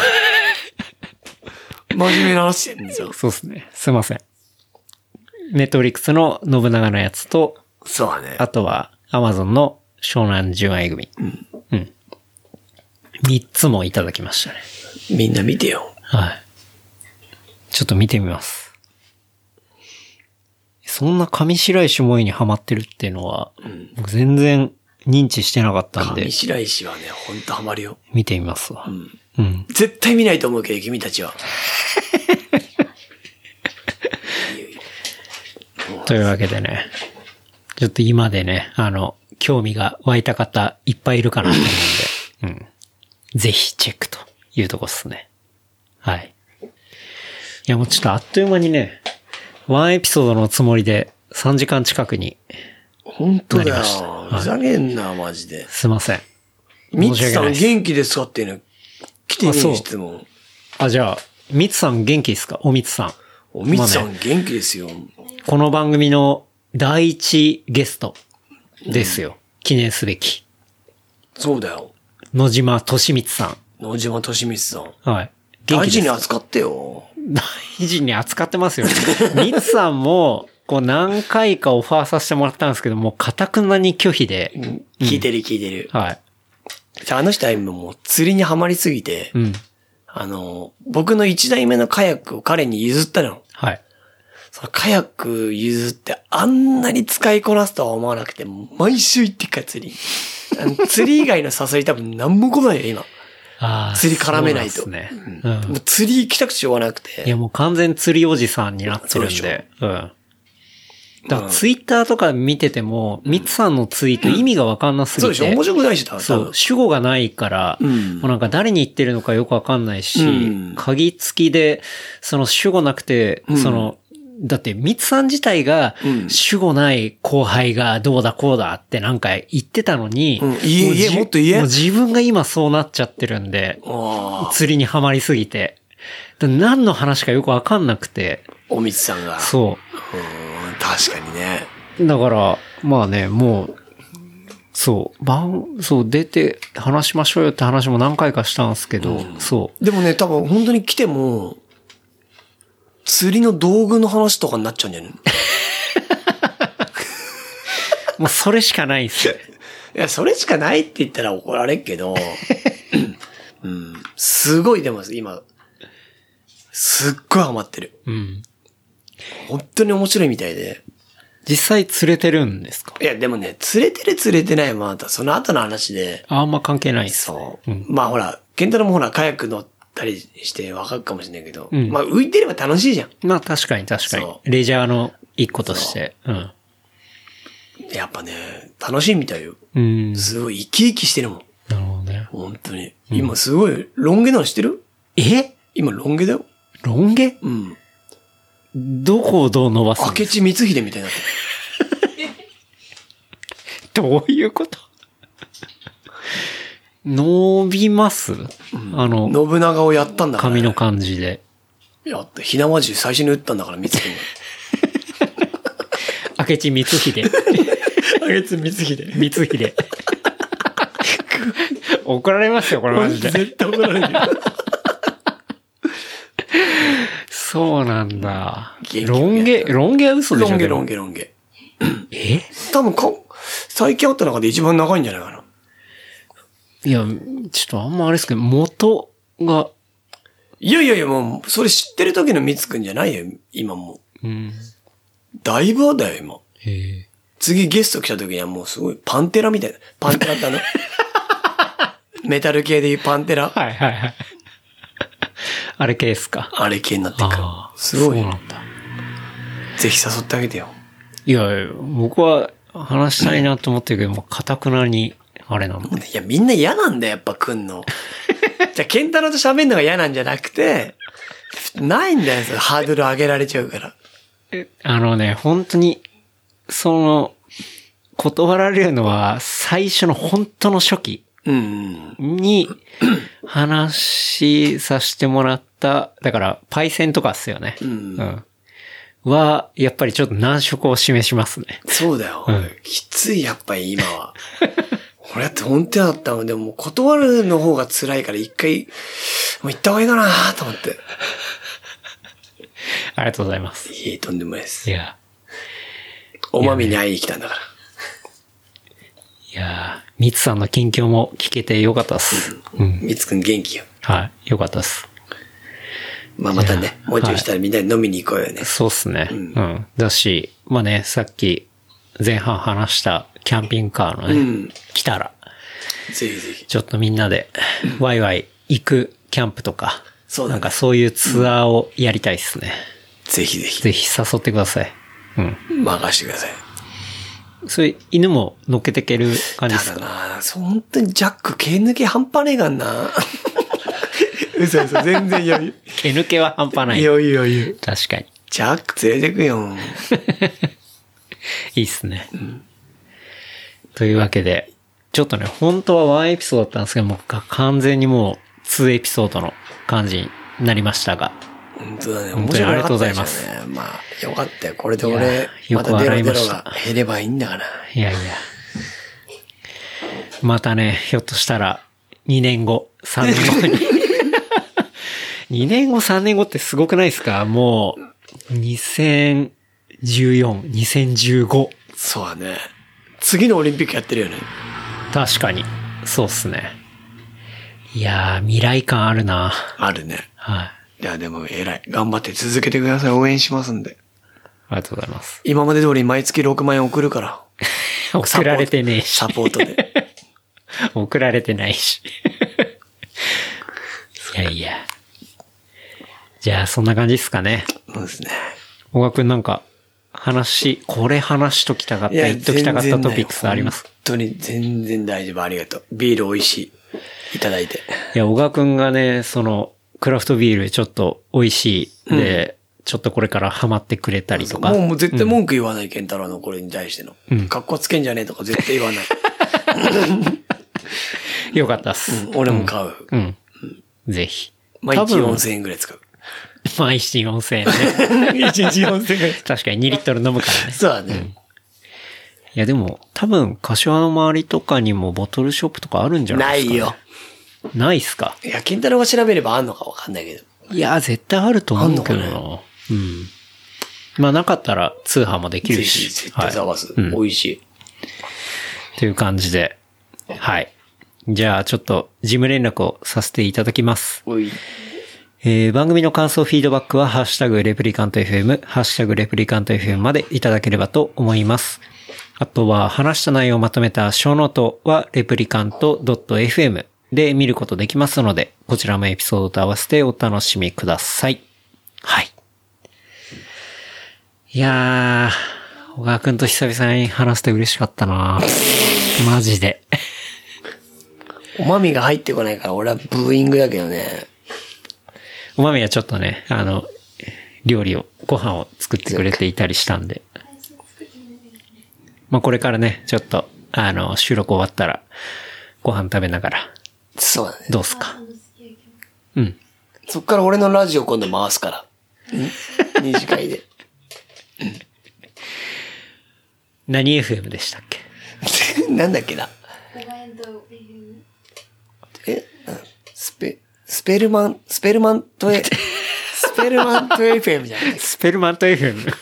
Speaker 2: ん。真面目な話してんですよ。
Speaker 3: そうですね。すいません。ネットフリックスの信長のやつと、
Speaker 2: そうだね。
Speaker 3: あとはアマゾンの湘南純愛組。うん。うん。三つもいただきましたね。
Speaker 2: みんな見てよ。
Speaker 3: はい。ちょっと見てみます。そんな上白石萌衣にハマってるっていうのは、僕全然認知してなかったんで
Speaker 2: 上、白石はね、ほんとハマるよ。
Speaker 3: 見てみますわ。
Speaker 2: ん
Speaker 3: うん。
Speaker 2: 絶対見ないと思うけど、君たちは。
Speaker 3: というわけでね、ちょっと今でね、あの、興味が湧いた方いっぱいいるかなと思うんで、うん。ぜひチェックというとこっすね。はい。いや、もうちょっとあっという間にね、ワンエピソードのつもりで3時間近くに、
Speaker 2: ほんとだ
Speaker 3: なり
Speaker 2: よ
Speaker 3: ましたは。い
Speaker 2: ふざけんな、マジで。
Speaker 3: すいません。
Speaker 2: ミッ
Speaker 3: 申し
Speaker 2: ツ
Speaker 3: 訳
Speaker 2: さ
Speaker 3: ない
Speaker 2: ん
Speaker 3: です
Speaker 2: 元気ですかっていうの来てね
Speaker 3: あそう
Speaker 2: え質問。
Speaker 3: あ、じゃあ、みつさん元気ですかおみつさん。
Speaker 2: おみつさ
Speaker 3: まあ
Speaker 2: ん元気ですよ。
Speaker 3: この番組の第一ゲストですよ。記念すべき。
Speaker 2: そうだよ。
Speaker 3: 野島敏光さ
Speaker 2: 野島敏光さん。
Speaker 3: ん。はい。元
Speaker 2: 大
Speaker 3: 気
Speaker 2: 事
Speaker 3: です
Speaker 2: に。扱ってよ。
Speaker 3: 大事に扱ってますよ。 みつさんも、こう何回かオファーさせてもらったんですけど、もう固くなに拒否で。
Speaker 2: 聞いてる聞いてる。
Speaker 3: はい。
Speaker 2: あの人は今もう釣りにはまりすぎて、
Speaker 3: うん。
Speaker 2: あの、僕の一代目のカヤックを彼に譲ったの。
Speaker 3: はい。
Speaker 2: そのカヤック譲ってあんなに使いこなすとは思わなくて、毎週行ってっから釣り。あ の釣り以外の誘い多分何も来ないよ、今。
Speaker 3: あー
Speaker 2: 釣り絡めないと
Speaker 3: そうなんですね。
Speaker 2: もう釣り行きたくてしょうがなく
Speaker 3: うん。いや、
Speaker 2: て。
Speaker 3: もう完全釣りおじさんになってるん
Speaker 2: そうで
Speaker 3: で。うん。だからツイッターとか見てても、みつさんのツイート意味がわかんなすぎ
Speaker 2: そう
Speaker 3: て。
Speaker 2: でしょ面白くないし、多分。
Speaker 3: そう、主語がないから、
Speaker 2: うん
Speaker 3: もうなんか誰に言ってるのかよくわかんないし、
Speaker 2: うん
Speaker 3: 鍵付きで、その主語なくて、
Speaker 2: ん
Speaker 3: その、だって、ミツさん自体が
Speaker 2: う、ん
Speaker 3: 主語ない後輩がどうだこうだってなんか言ってたのに、
Speaker 2: うん言え
Speaker 3: もうじ
Speaker 2: 言えもっと言え
Speaker 3: もう自分が今そうなっちゃってるんで、
Speaker 2: ああ、
Speaker 3: 釣りにはまりすぎて。だから何の話かよくわかんなくて、
Speaker 2: おみつさんが。う
Speaker 3: そ
Speaker 2: ーん、確かにね。
Speaker 3: う。だから、まあね、もう、そう、番、そう、出て話しましょうよって話も何回かしたんですけど、そう、
Speaker 2: でもね、多分本当に来ても、釣りの道具の話とかになっちゃうんじゃない
Speaker 3: もうそれしかないっすよ。
Speaker 2: いや、それしかないって言ったら怒られっけ ど、うん、すごいでも今、すっごいハマってる。
Speaker 3: うん。
Speaker 2: 本当に面白いみたいで。
Speaker 3: 実際釣れてるんですか
Speaker 2: いや、でもね、釣れてる釣れてないもまたその後の話で、
Speaker 3: あんま関係ないっす。
Speaker 2: そう。
Speaker 3: うん
Speaker 2: まあほら、ケンタロウもほら、カヤック乗ったりしてわかるかもしれないけど、
Speaker 3: うん
Speaker 2: まあ浮いてれば楽しいじゃん。
Speaker 3: まあ確かに確かに
Speaker 2: そ。う
Speaker 3: レジャーの一個として。うん。
Speaker 2: やっぱね、楽しいみたいよ。
Speaker 3: うん。な
Speaker 2: すごい生き生きしてるもん。
Speaker 3: るほどね。
Speaker 2: 本当に。今すごい、ロン毛なの知ってる
Speaker 3: え
Speaker 2: 今ロン毛だよ。
Speaker 3: ロン毛
Speaker 2: うん。
Speaker 3: どこをどう伸ばすの
Speaker 2: 明智光秀みたいになって
Speaker 3: どういうこと 伸びますあの
Speaker 2: る。、信長をやったんだから、
Speaker 3: 髪の感じで。
Speaker 2: やった。ひなまじゅう最初に打ったんだから、光秀
Speaker 3: 明智光
Speaker 2: も。
Speaker 3: 秀。
Speaker 2: 明智光秀。
Speaker 3: 光 秀。怒られますよ、これ マジで。
Speaker 2: 絶対怒られ るよ。
Speaker 3: そうなんだ
Speaker 2: 元気。に
Speaker 3: ロン毛、ロン毛は嘘でし
Speaker 2: ロ
Speaker 3: ょ
Speaker 2: ン毛、
Speaker 3: でも
Speaker 2: ロン毛、ロン毛。
Speaker 3: え
Speaker 2: 多分か、最近会った中で一番長いんじゃないかな。
Speaker 3: いや、ちょっとあんまあれですけど、元が、
Speaker 2: いやいやいや、もう、それ知ってる時の光くんじゃないよ、今も
Speaker 3: うん。
Speaker 2: う。だいぶだよ、今。
Speaker 3: へえ。
Speaker 2: 次ゲスト来た時にはもうすごいパンテラみたいな。パンテラ ってあの、メタル系でいうパンテラ。
Speaker 3: はいはいはい。 あれ系ですか。
Speaker 2: あれ系になってく
Speaker 3: あ
Speaker 2: から。
Speaker 3: ー
Speaker 2: すごい
Speaker 3: そう
Speaker 2: よ
Speaker 3: な。んだ。
Speaker 2: ぜひ誘ってあげてよ。
Speaker 3: いやいや、僕は話したいなと思ってるけど、もう、かたくなに、あれなんだ。
Speaker 2: いや、みんな嫌なんだよ、やっぱ来ん の。じゃあ、ケンタロウと喋るのが嫌なんじゃなくて、ないんだよ、それハードル上げられちゃうから。
Speaker 3: あのね、本当に、その、断られるのは、最初の本当の初期。
Speaker 2: うん。
Speaker 3: に話させてもらった、だから、パイセンとかっすよね。うんは、やっぱりちょっと難色を示しますね。
Speaker 2: そうだよ。
Speaker 3: うん
Speaker 2: きつい、やっぱり今は。俺だって本当だったの。でも、断るの方が辛いから、一回、もう行った方がいいかなと思って。
Speaker 3: ありがとうございます。
Speaker 2: いい、とんでもないで
Speaker 3: い
Speaker 2: す。
Speaker 3: や、
Speaker 2: おまみに会いに来たんだから。
Speaker 3: いやー、ミツさんの近況も聞けてよかったっす。うん。
Speaker 2: みつくん元気よ。
Speaker 3: はい、よかったっす。
Speaker 2: まあ、またね
Speaker 3: い、や
Speaker 2: もうちょいしたらみんなで飲みに行こうよね。
Speaker 3: そうっすね。
Speaker 2: う
Speaker 3: うんん。だし、まあね、さっき、前半話したキャンピングカーのね、
Speaker 2: うん
Speaker 3: 来たら、
Speaker 2: ぜひぜひ。
Speaker 3: ちょっとみんなで、ワイワイ行くキャンプとか、
Speaker 2: そうだね
Speaker 3: なんかそういうツアーをやりたいっすね。
Speaker 2: ぜひぜひ。
Speaker 3: ぜひ誘ってください。うん。
Speaker 2: 任してください。
Speaker 3: それ、犬も乗っけてける感じで
Speaker 2: た
Speaker 3: す
Speaker 2: だ
Speaker 3: か
Speaker 2: なそう、本当にジャック、毛抜け半端ねえかんな嘘嘘、全然余裕。
Speaker 3: 毛抜けは半端ない。
Speaker 2: 余裕余裕。
Speaker 3: 確かに。
Speaker 2: ジャック連れてくよ。
Speaker 3: いいっすね。というわけで、ちょっとね、本当はワンエピソードだったんですけど、もうか完全にもうツーエピソードの感じになりましたが、
Speaker 2: 本当だね。
Speaker 3: 本
Speaker 2: 面
Speaker 3: 当に
Speaker 2: 白
Speaker 3: ありがとうござ
Speaker 2: か
Speaker 3: い
Speaker 2: った
Speaker 3: ま
Speaker 2: です
Speaker 3: す
Speaker 2: よね。まあ、よかったよ。これで
Speaker 3: いや
Speaker 2: 俺、
Speaker 3: よ
Speaker 2: ま
Speaker 3: く
Speaker 2: たデロ
Speaker 3: 笑い
Speaker 2: デ
Speaker 3: ま
Speaker 2: ロ
Speaker 3: した
Speaker 2: が減ればいいんだから。
Speaker 3: いやいや。またね、ひょっとしたら、2年後、3年後に。2年後、3年後ってすごくないですかもう、2014、2015。
Speaker 2: そうだね。次のオリンピックやってるよね。
Speaker 3: 確かに。そうっすね。いやー、未来感あるな。
Speaker 2: あるね。
Speaker 3: はい。
Speaker 2: いや、でも偉い。頑張って続けてください。応援しますんで。
Speaker 3: ありがとうございます。
Speaker 2: 今まで通り毎月6万円送るから。
Speaker 3: 送られてねえし
Speaker 2: サ。ポートで。
Speaker 3: 送られてないし。いやいや。じゃあ、そんな感じですかね。
Speaker 2: そうですね。
Speaker 3: 小川くんなんか、話、これ話しときたかった、言っときたかったトピックスあります
Speaker 2: 本。当に全然大丈夫。ありがとう。ビール美味しい。いただいて。
Speaker 3: いや、小川くんがね、その、クラフトビールちょっと美味しいで、ちょっとこれからハマってくれたりとか。
Speaker 2: もうもう絶対文句言わない、ケンタロウのこれに対しての。格好つけんじゃねえとか絶対言わない。
Speaker 3: よかったっす。
Speaker 2: 俺も買う。
Speaker 3: うん。ぜひ。
Speaker 2: 毎日
Speaker 3: 多分
Speaker 2: 4000円ぐらい使う。
Speaker 3: 毎日4000円ね。
Speaker 2: 1日4000円ぐらい。
Speaker 3: 確かに2リットル飲むからね。
Speaker 2: そうだね。
Speaker 3: いや、でも、多分、柏の周りとかにもボトルショップとかあるんじゃ
Speaker 2: な
Speaker 3: ないですか、
Speaker 2: いよ。。
Speaker 3: ないっすか
Speaker 2: いや、ケンタロウが調べればあんのかわかんないけど。
Speaker 3: いや、絶対あると思うけど
Speaker 2: あん
Speaker 3: な。
Speaker 2: の
Speaker 3: うん。まあ、なかったら通販もでき
Speaker 2: ぜ
Speaker 3: る
Speaker 2: ひ、
Speaker 3: し。
Speaker 2: 絶対探す。
Speaker 3: はいうん
Speaker 2: 美味しい。
Speaker 3: という感じで。はい。じゃあ、ちょっと、事務連絡をさせていただきます。
Speaker 2: おい。
Speaker 3: えー番組の感想、フィードバックは、ハッシュタグレプリカント FM、ハッシュタグレプリカント FM までいただければと思います。あとは、話した内容をまとめた小ノートは、レプリカント .fm で見ることできますので、こちらもエピソードと合わせてお楽しみください。はい。いやー、小川くんと久々に話して嬉しかったなマジで。
Speaker 2: おまみが入ってこないから、俺はブーイングだけどね。
Speaker 3: おまみはちょっとね、あの、料理を、ご飯を作ってくれていたりしたんで。まあ、これからね、ちょっと、あの、収録終わったら、ご飯食べながら、
Speaker 2: そうだね。
Speaker 3: どうすか。うん。
Speaker 2: そっから俺のラジオ今度回すから。ん二次会で。
Speaker 3: 何 FM でしたっけ
Speaker 2: なんだっけな。
Speaker 4: 5万円と FM
Speaker 2: え、うんスペ、スペルマン、スペルマンと え、スペルマンと FM じゃない
Speaker 3: スペルマント FM。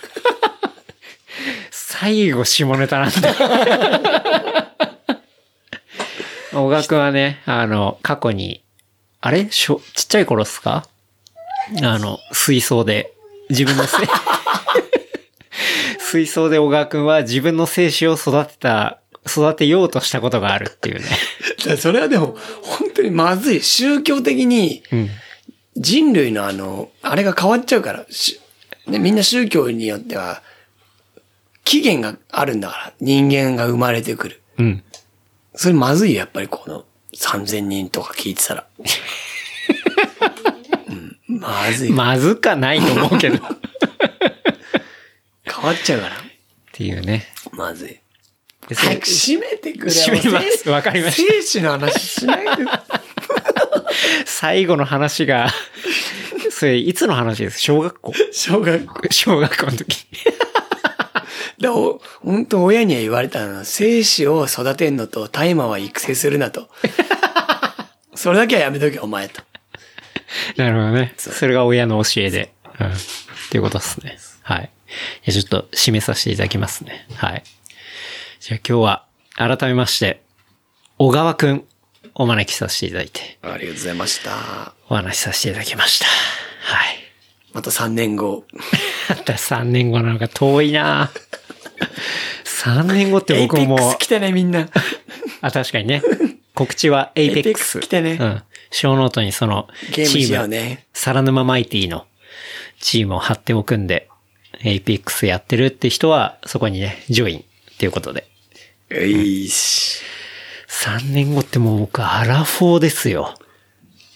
Speaker 3: 最後、下ネタなんだ。小川くんはね、あの、過去に、あれしょちっちゃい頃っすかあの、水槽で、自分のせい、水槽で小川くんは自分の精子を育てた、育てようとしたことがあるっていうね。
Speaker 2: だそれはでも、本当にまずい。宗教的に、人類のあの、あれが変わっちゃうから、しね、みんな宗教によっては、期限があるんだから、人間が生まれてくる。
Speaker 3: うん。
Speaker 2: それまずいよ、やっぱりこの、3000人とか聞いて たら。うん、まずい。
Speaker 3: まずかないと思うけど。っ
Speaker 2: 変わっちゃうから。
Speaker 3: ていうね。
Speaker 2: まずい。
Speaker 3: 別
Speaker 2: 早
Speaker 3: に
Speaker 2: く閉めてくれ
Speaker 3: 閉めます
Speaker 2: もう
Speaker 3: わかりまし
Speaker 2: 生死の話しないで。
Speaker 3: 最後の話 が、それ、いつの話です小学校
Speaker 2: 小学校。
Speaker 3: 小学校の時。
Speaker 2: だお本当親には言われたのは、生死を育てんのと、大麻は育成するなと。 それだけはやめとけ、お前と。
Speaker 3: なるほどね。それが親の教えで。うん。っていうことですね。はい。じゃあちょっと締めさせていただきますね。はい。じゃあ今日は、改めまして、小川くん、お招きさせていただいて、
Speaker 2: ありがとうございました。
Speaker 3: お話しさせていただきました。 はい。
Speaker 2: また3年後。
Speaker 3: だったら3年後なのか遠い な3年後って
Speaker 2: エイ
Speaker 3: 僕
Speaker 2: ペ
Speaker 3: も
Speaker 2: ッ
Speaker 3: もう
Speaker 2: ク、ス来てね、みんな。
Speaker 3: あ、確かにね。告知は APEX。
Speaker 2: APEX 来てね
Speaker 3: うん。小ノートにその、チ
Speaker 2: ゲームしよ
Speaker 3: ー
Speaker 2: う
Speaker 3: ム、
Speaker 2: ね
Speaker 3: サラヌママイティのチームを貼っておくんで、APEX やってるって人は、そこにね、ジョインっていうことで。
Speaker 2: よいし。
Speaker 3: 3年後ってもう僕、アラフォーですよ。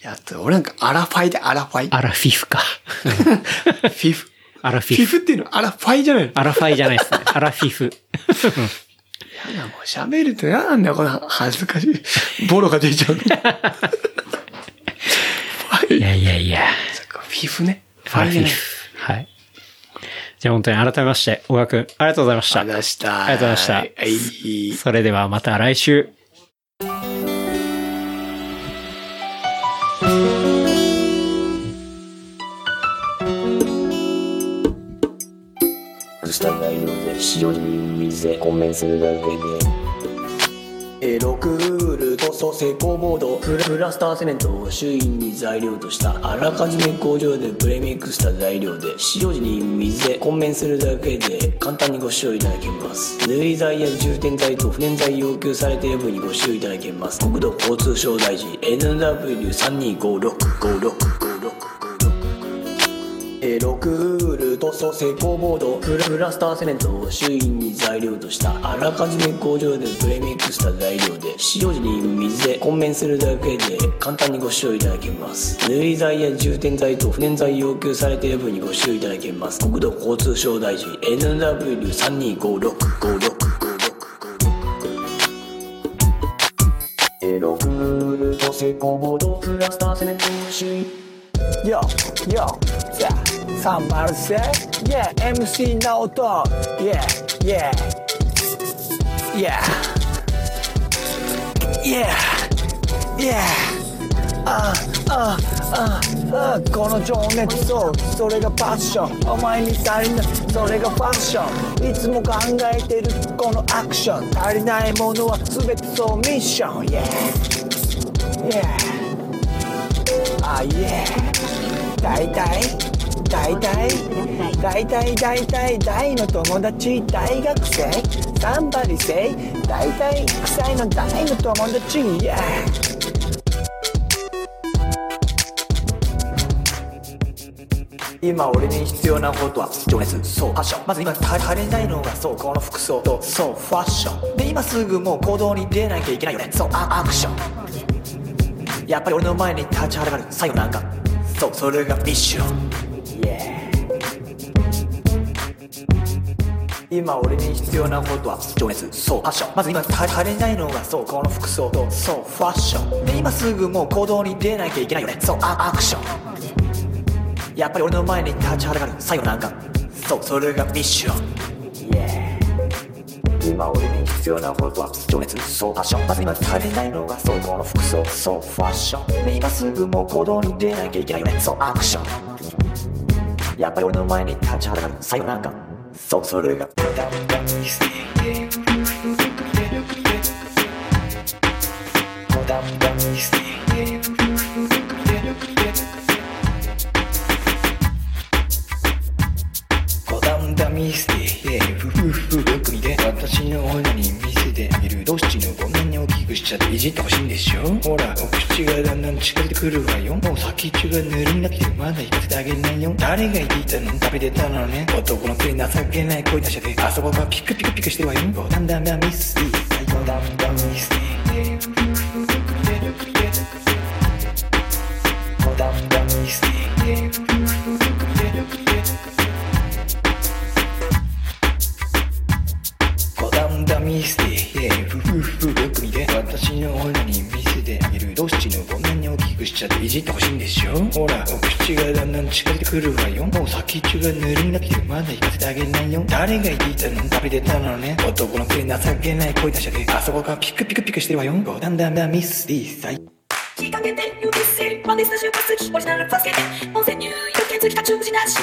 Speaker 2: やっと、俺なんかアラファイでアラファイ。
Speaker 3: アラフィ フか。
Speaker 2: フィフ。
Speaker 3: アラフ
Speaker 2: フ
Speaker 3: ィ
Speaker 2: ィ
Speaker 3: フ。
Speaker 2: フっていうのアラファイじゃないの
Speaker 3: アラファイじゃないですね。アラフィフ。
Speaker 2: いやもう喋ると嫌なんだよ、この恥ずかしい。ボロが出ちゃう。ファ
Speaker 3: い
Speaker 2: イ。
Speaker 3: やいやいや。
Speaker 2: フィフね。フ
Speaker 3: ア
Speaker 2: ァイ
Speaker 3: ラフ
Speaker 2: じゃ
Speaker 3: ィ
Speaker 2: ない。
Speaker 3: フ。はい。じゃあ本当に改めまして、小川くん、ありがとうございました。
Speaker 2: 話した。
Speaker 3: ありがとうございま
Speaker 2: はい。
Speaker 3: それではまた来週。
Speaker 5: 従いのでしおり店コメンするだけで
Speaker 6: エロクール塗装成功ボードフラフラスターセメントを周囲に材料としたあらかじめ工場でプレミックスした材料で使用時に水で混麺するだけで簡単にご使用いただけます塗り剤や充填剤と不燃剤要求されている分にご使用いただけます国土交通省大臣 NW3256565656エロクール塗装成功ボードフラフラスターセメントを周囲に材料としたあらかじめ工場でプレミックスした材料で使用時に水で混麺するだけで簡単にご使用いただけます塗り剤や充填剤と不燃剤要求されている分にご使用いただけます国土交通省大臣 NW32565656エロクール塗装成功ボードフラスターセメントを周囲
Speaker 7: Yo, yo, yeah, 306 Yeah, MC No Dog Yeah, yeah Yeah Yeah Yeah ああああこの情熱そうそれがパッションお前に足りないそれがファッションいつも考えてるこのアクション足りないものは全てそうミッション Yeah Yeah あ、いえ。大体、大体、大体、大体、大の友達、大学生、サンバリ生、大体、臭いの大の友達、イエー今俺に必要なことは情熱そうパッションまず今足りないのがそうこの服装とそうファッションで今すぐもう行動に出なきゃいけないよねそうアアクションやっぱり俺の前に立ちはだかる最後なんかそうそれがミッション Yeah 今俺に必要なことは情熱そうパッションまず今足りないのがそうこの服装とそうファッションで今すぐもう行動に出なきゃいけないよねそうアアクションやっぱり俺の前に立ちはだかる最後なんかそうそれがミッション
Speaker 5: 今俺に必要なことは情熱そうパッションまず今足りないのがそうこの服装そうファッションで今すぐもう行動に出なきゃいけないよねそうアクションやっぱり俺の前に立ちはだかる最後なんかそうそれが
Speaker 6: 五段だミスティーふふふよく見て私の女に見せてあげるどっちのこんなに大きくしちゃっていじってほしいんでしょほらお口がだんだん近づいてくるわよもう先っちょがぬるんなくてまだ行かせてあげないよ誰が言っていたの食べてたのね男のくせに情けない声出しちゃってあそこがピクピクピクしてるわよ五段だミスティー最高だんだミスティー五段だミスティー五段だミスティーちゃっていじってほしいんでしょほらお口がだんだん近づいてくるわよもう先っちょがぬるくなってきてまだ行かせてあげないよ誰が言いたの食べてたのね男のくせに情けない声出しちゃってあそこがピクピクピクしてるわよだんだんだミスリーサイ
Speaker 8: きっかけで許せるマネした瞬発オリジナルパスケで温泉入浴券付きた中無事なし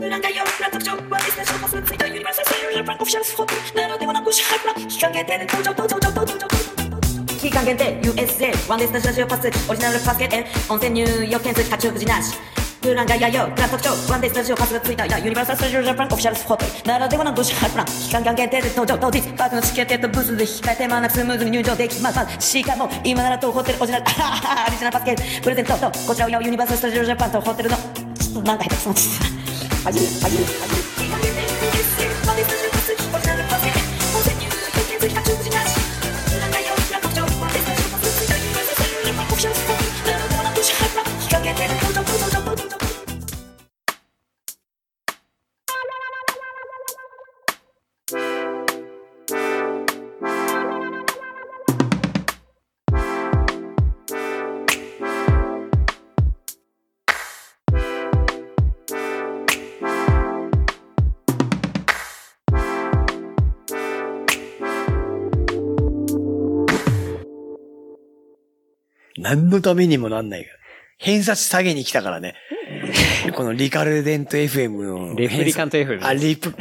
Speaker 8: 裏がよ裏特徴マネした瞬発ツイートユニバーサルセルラブランオフィシャルスホットなのではなくシャープラきっかけで登場登場登場登場期間限定 USA ワンデースタジオパスオリジナルパスケで温泉入浴券付きた中無事なしプランがやよ、プラン特徴、ワンデースタジオパスがついた、ユニバーサル・スタジオ・ジャパン、オフィシャルスポット、ならではのドシハプラン、期間限定で登場、当日、パークのチケットとブースで控えて、まなくスムーズに入場できます。しかも、今ならとホテル、オリジナル、アリジナルパスケプレゼントと、こちらをユニバーサル・スタジオ・ジャパンとホテルの、ちょっとなんか下手くそなっちゃった。はじめ、はじめ、はじめ。
Speaker 2: 何のためにもなんないから。偏差値下げに来たからね。このリカルデント FM の。
Speaker 3: レプリカント FM
Speaker 2: あ、リプ。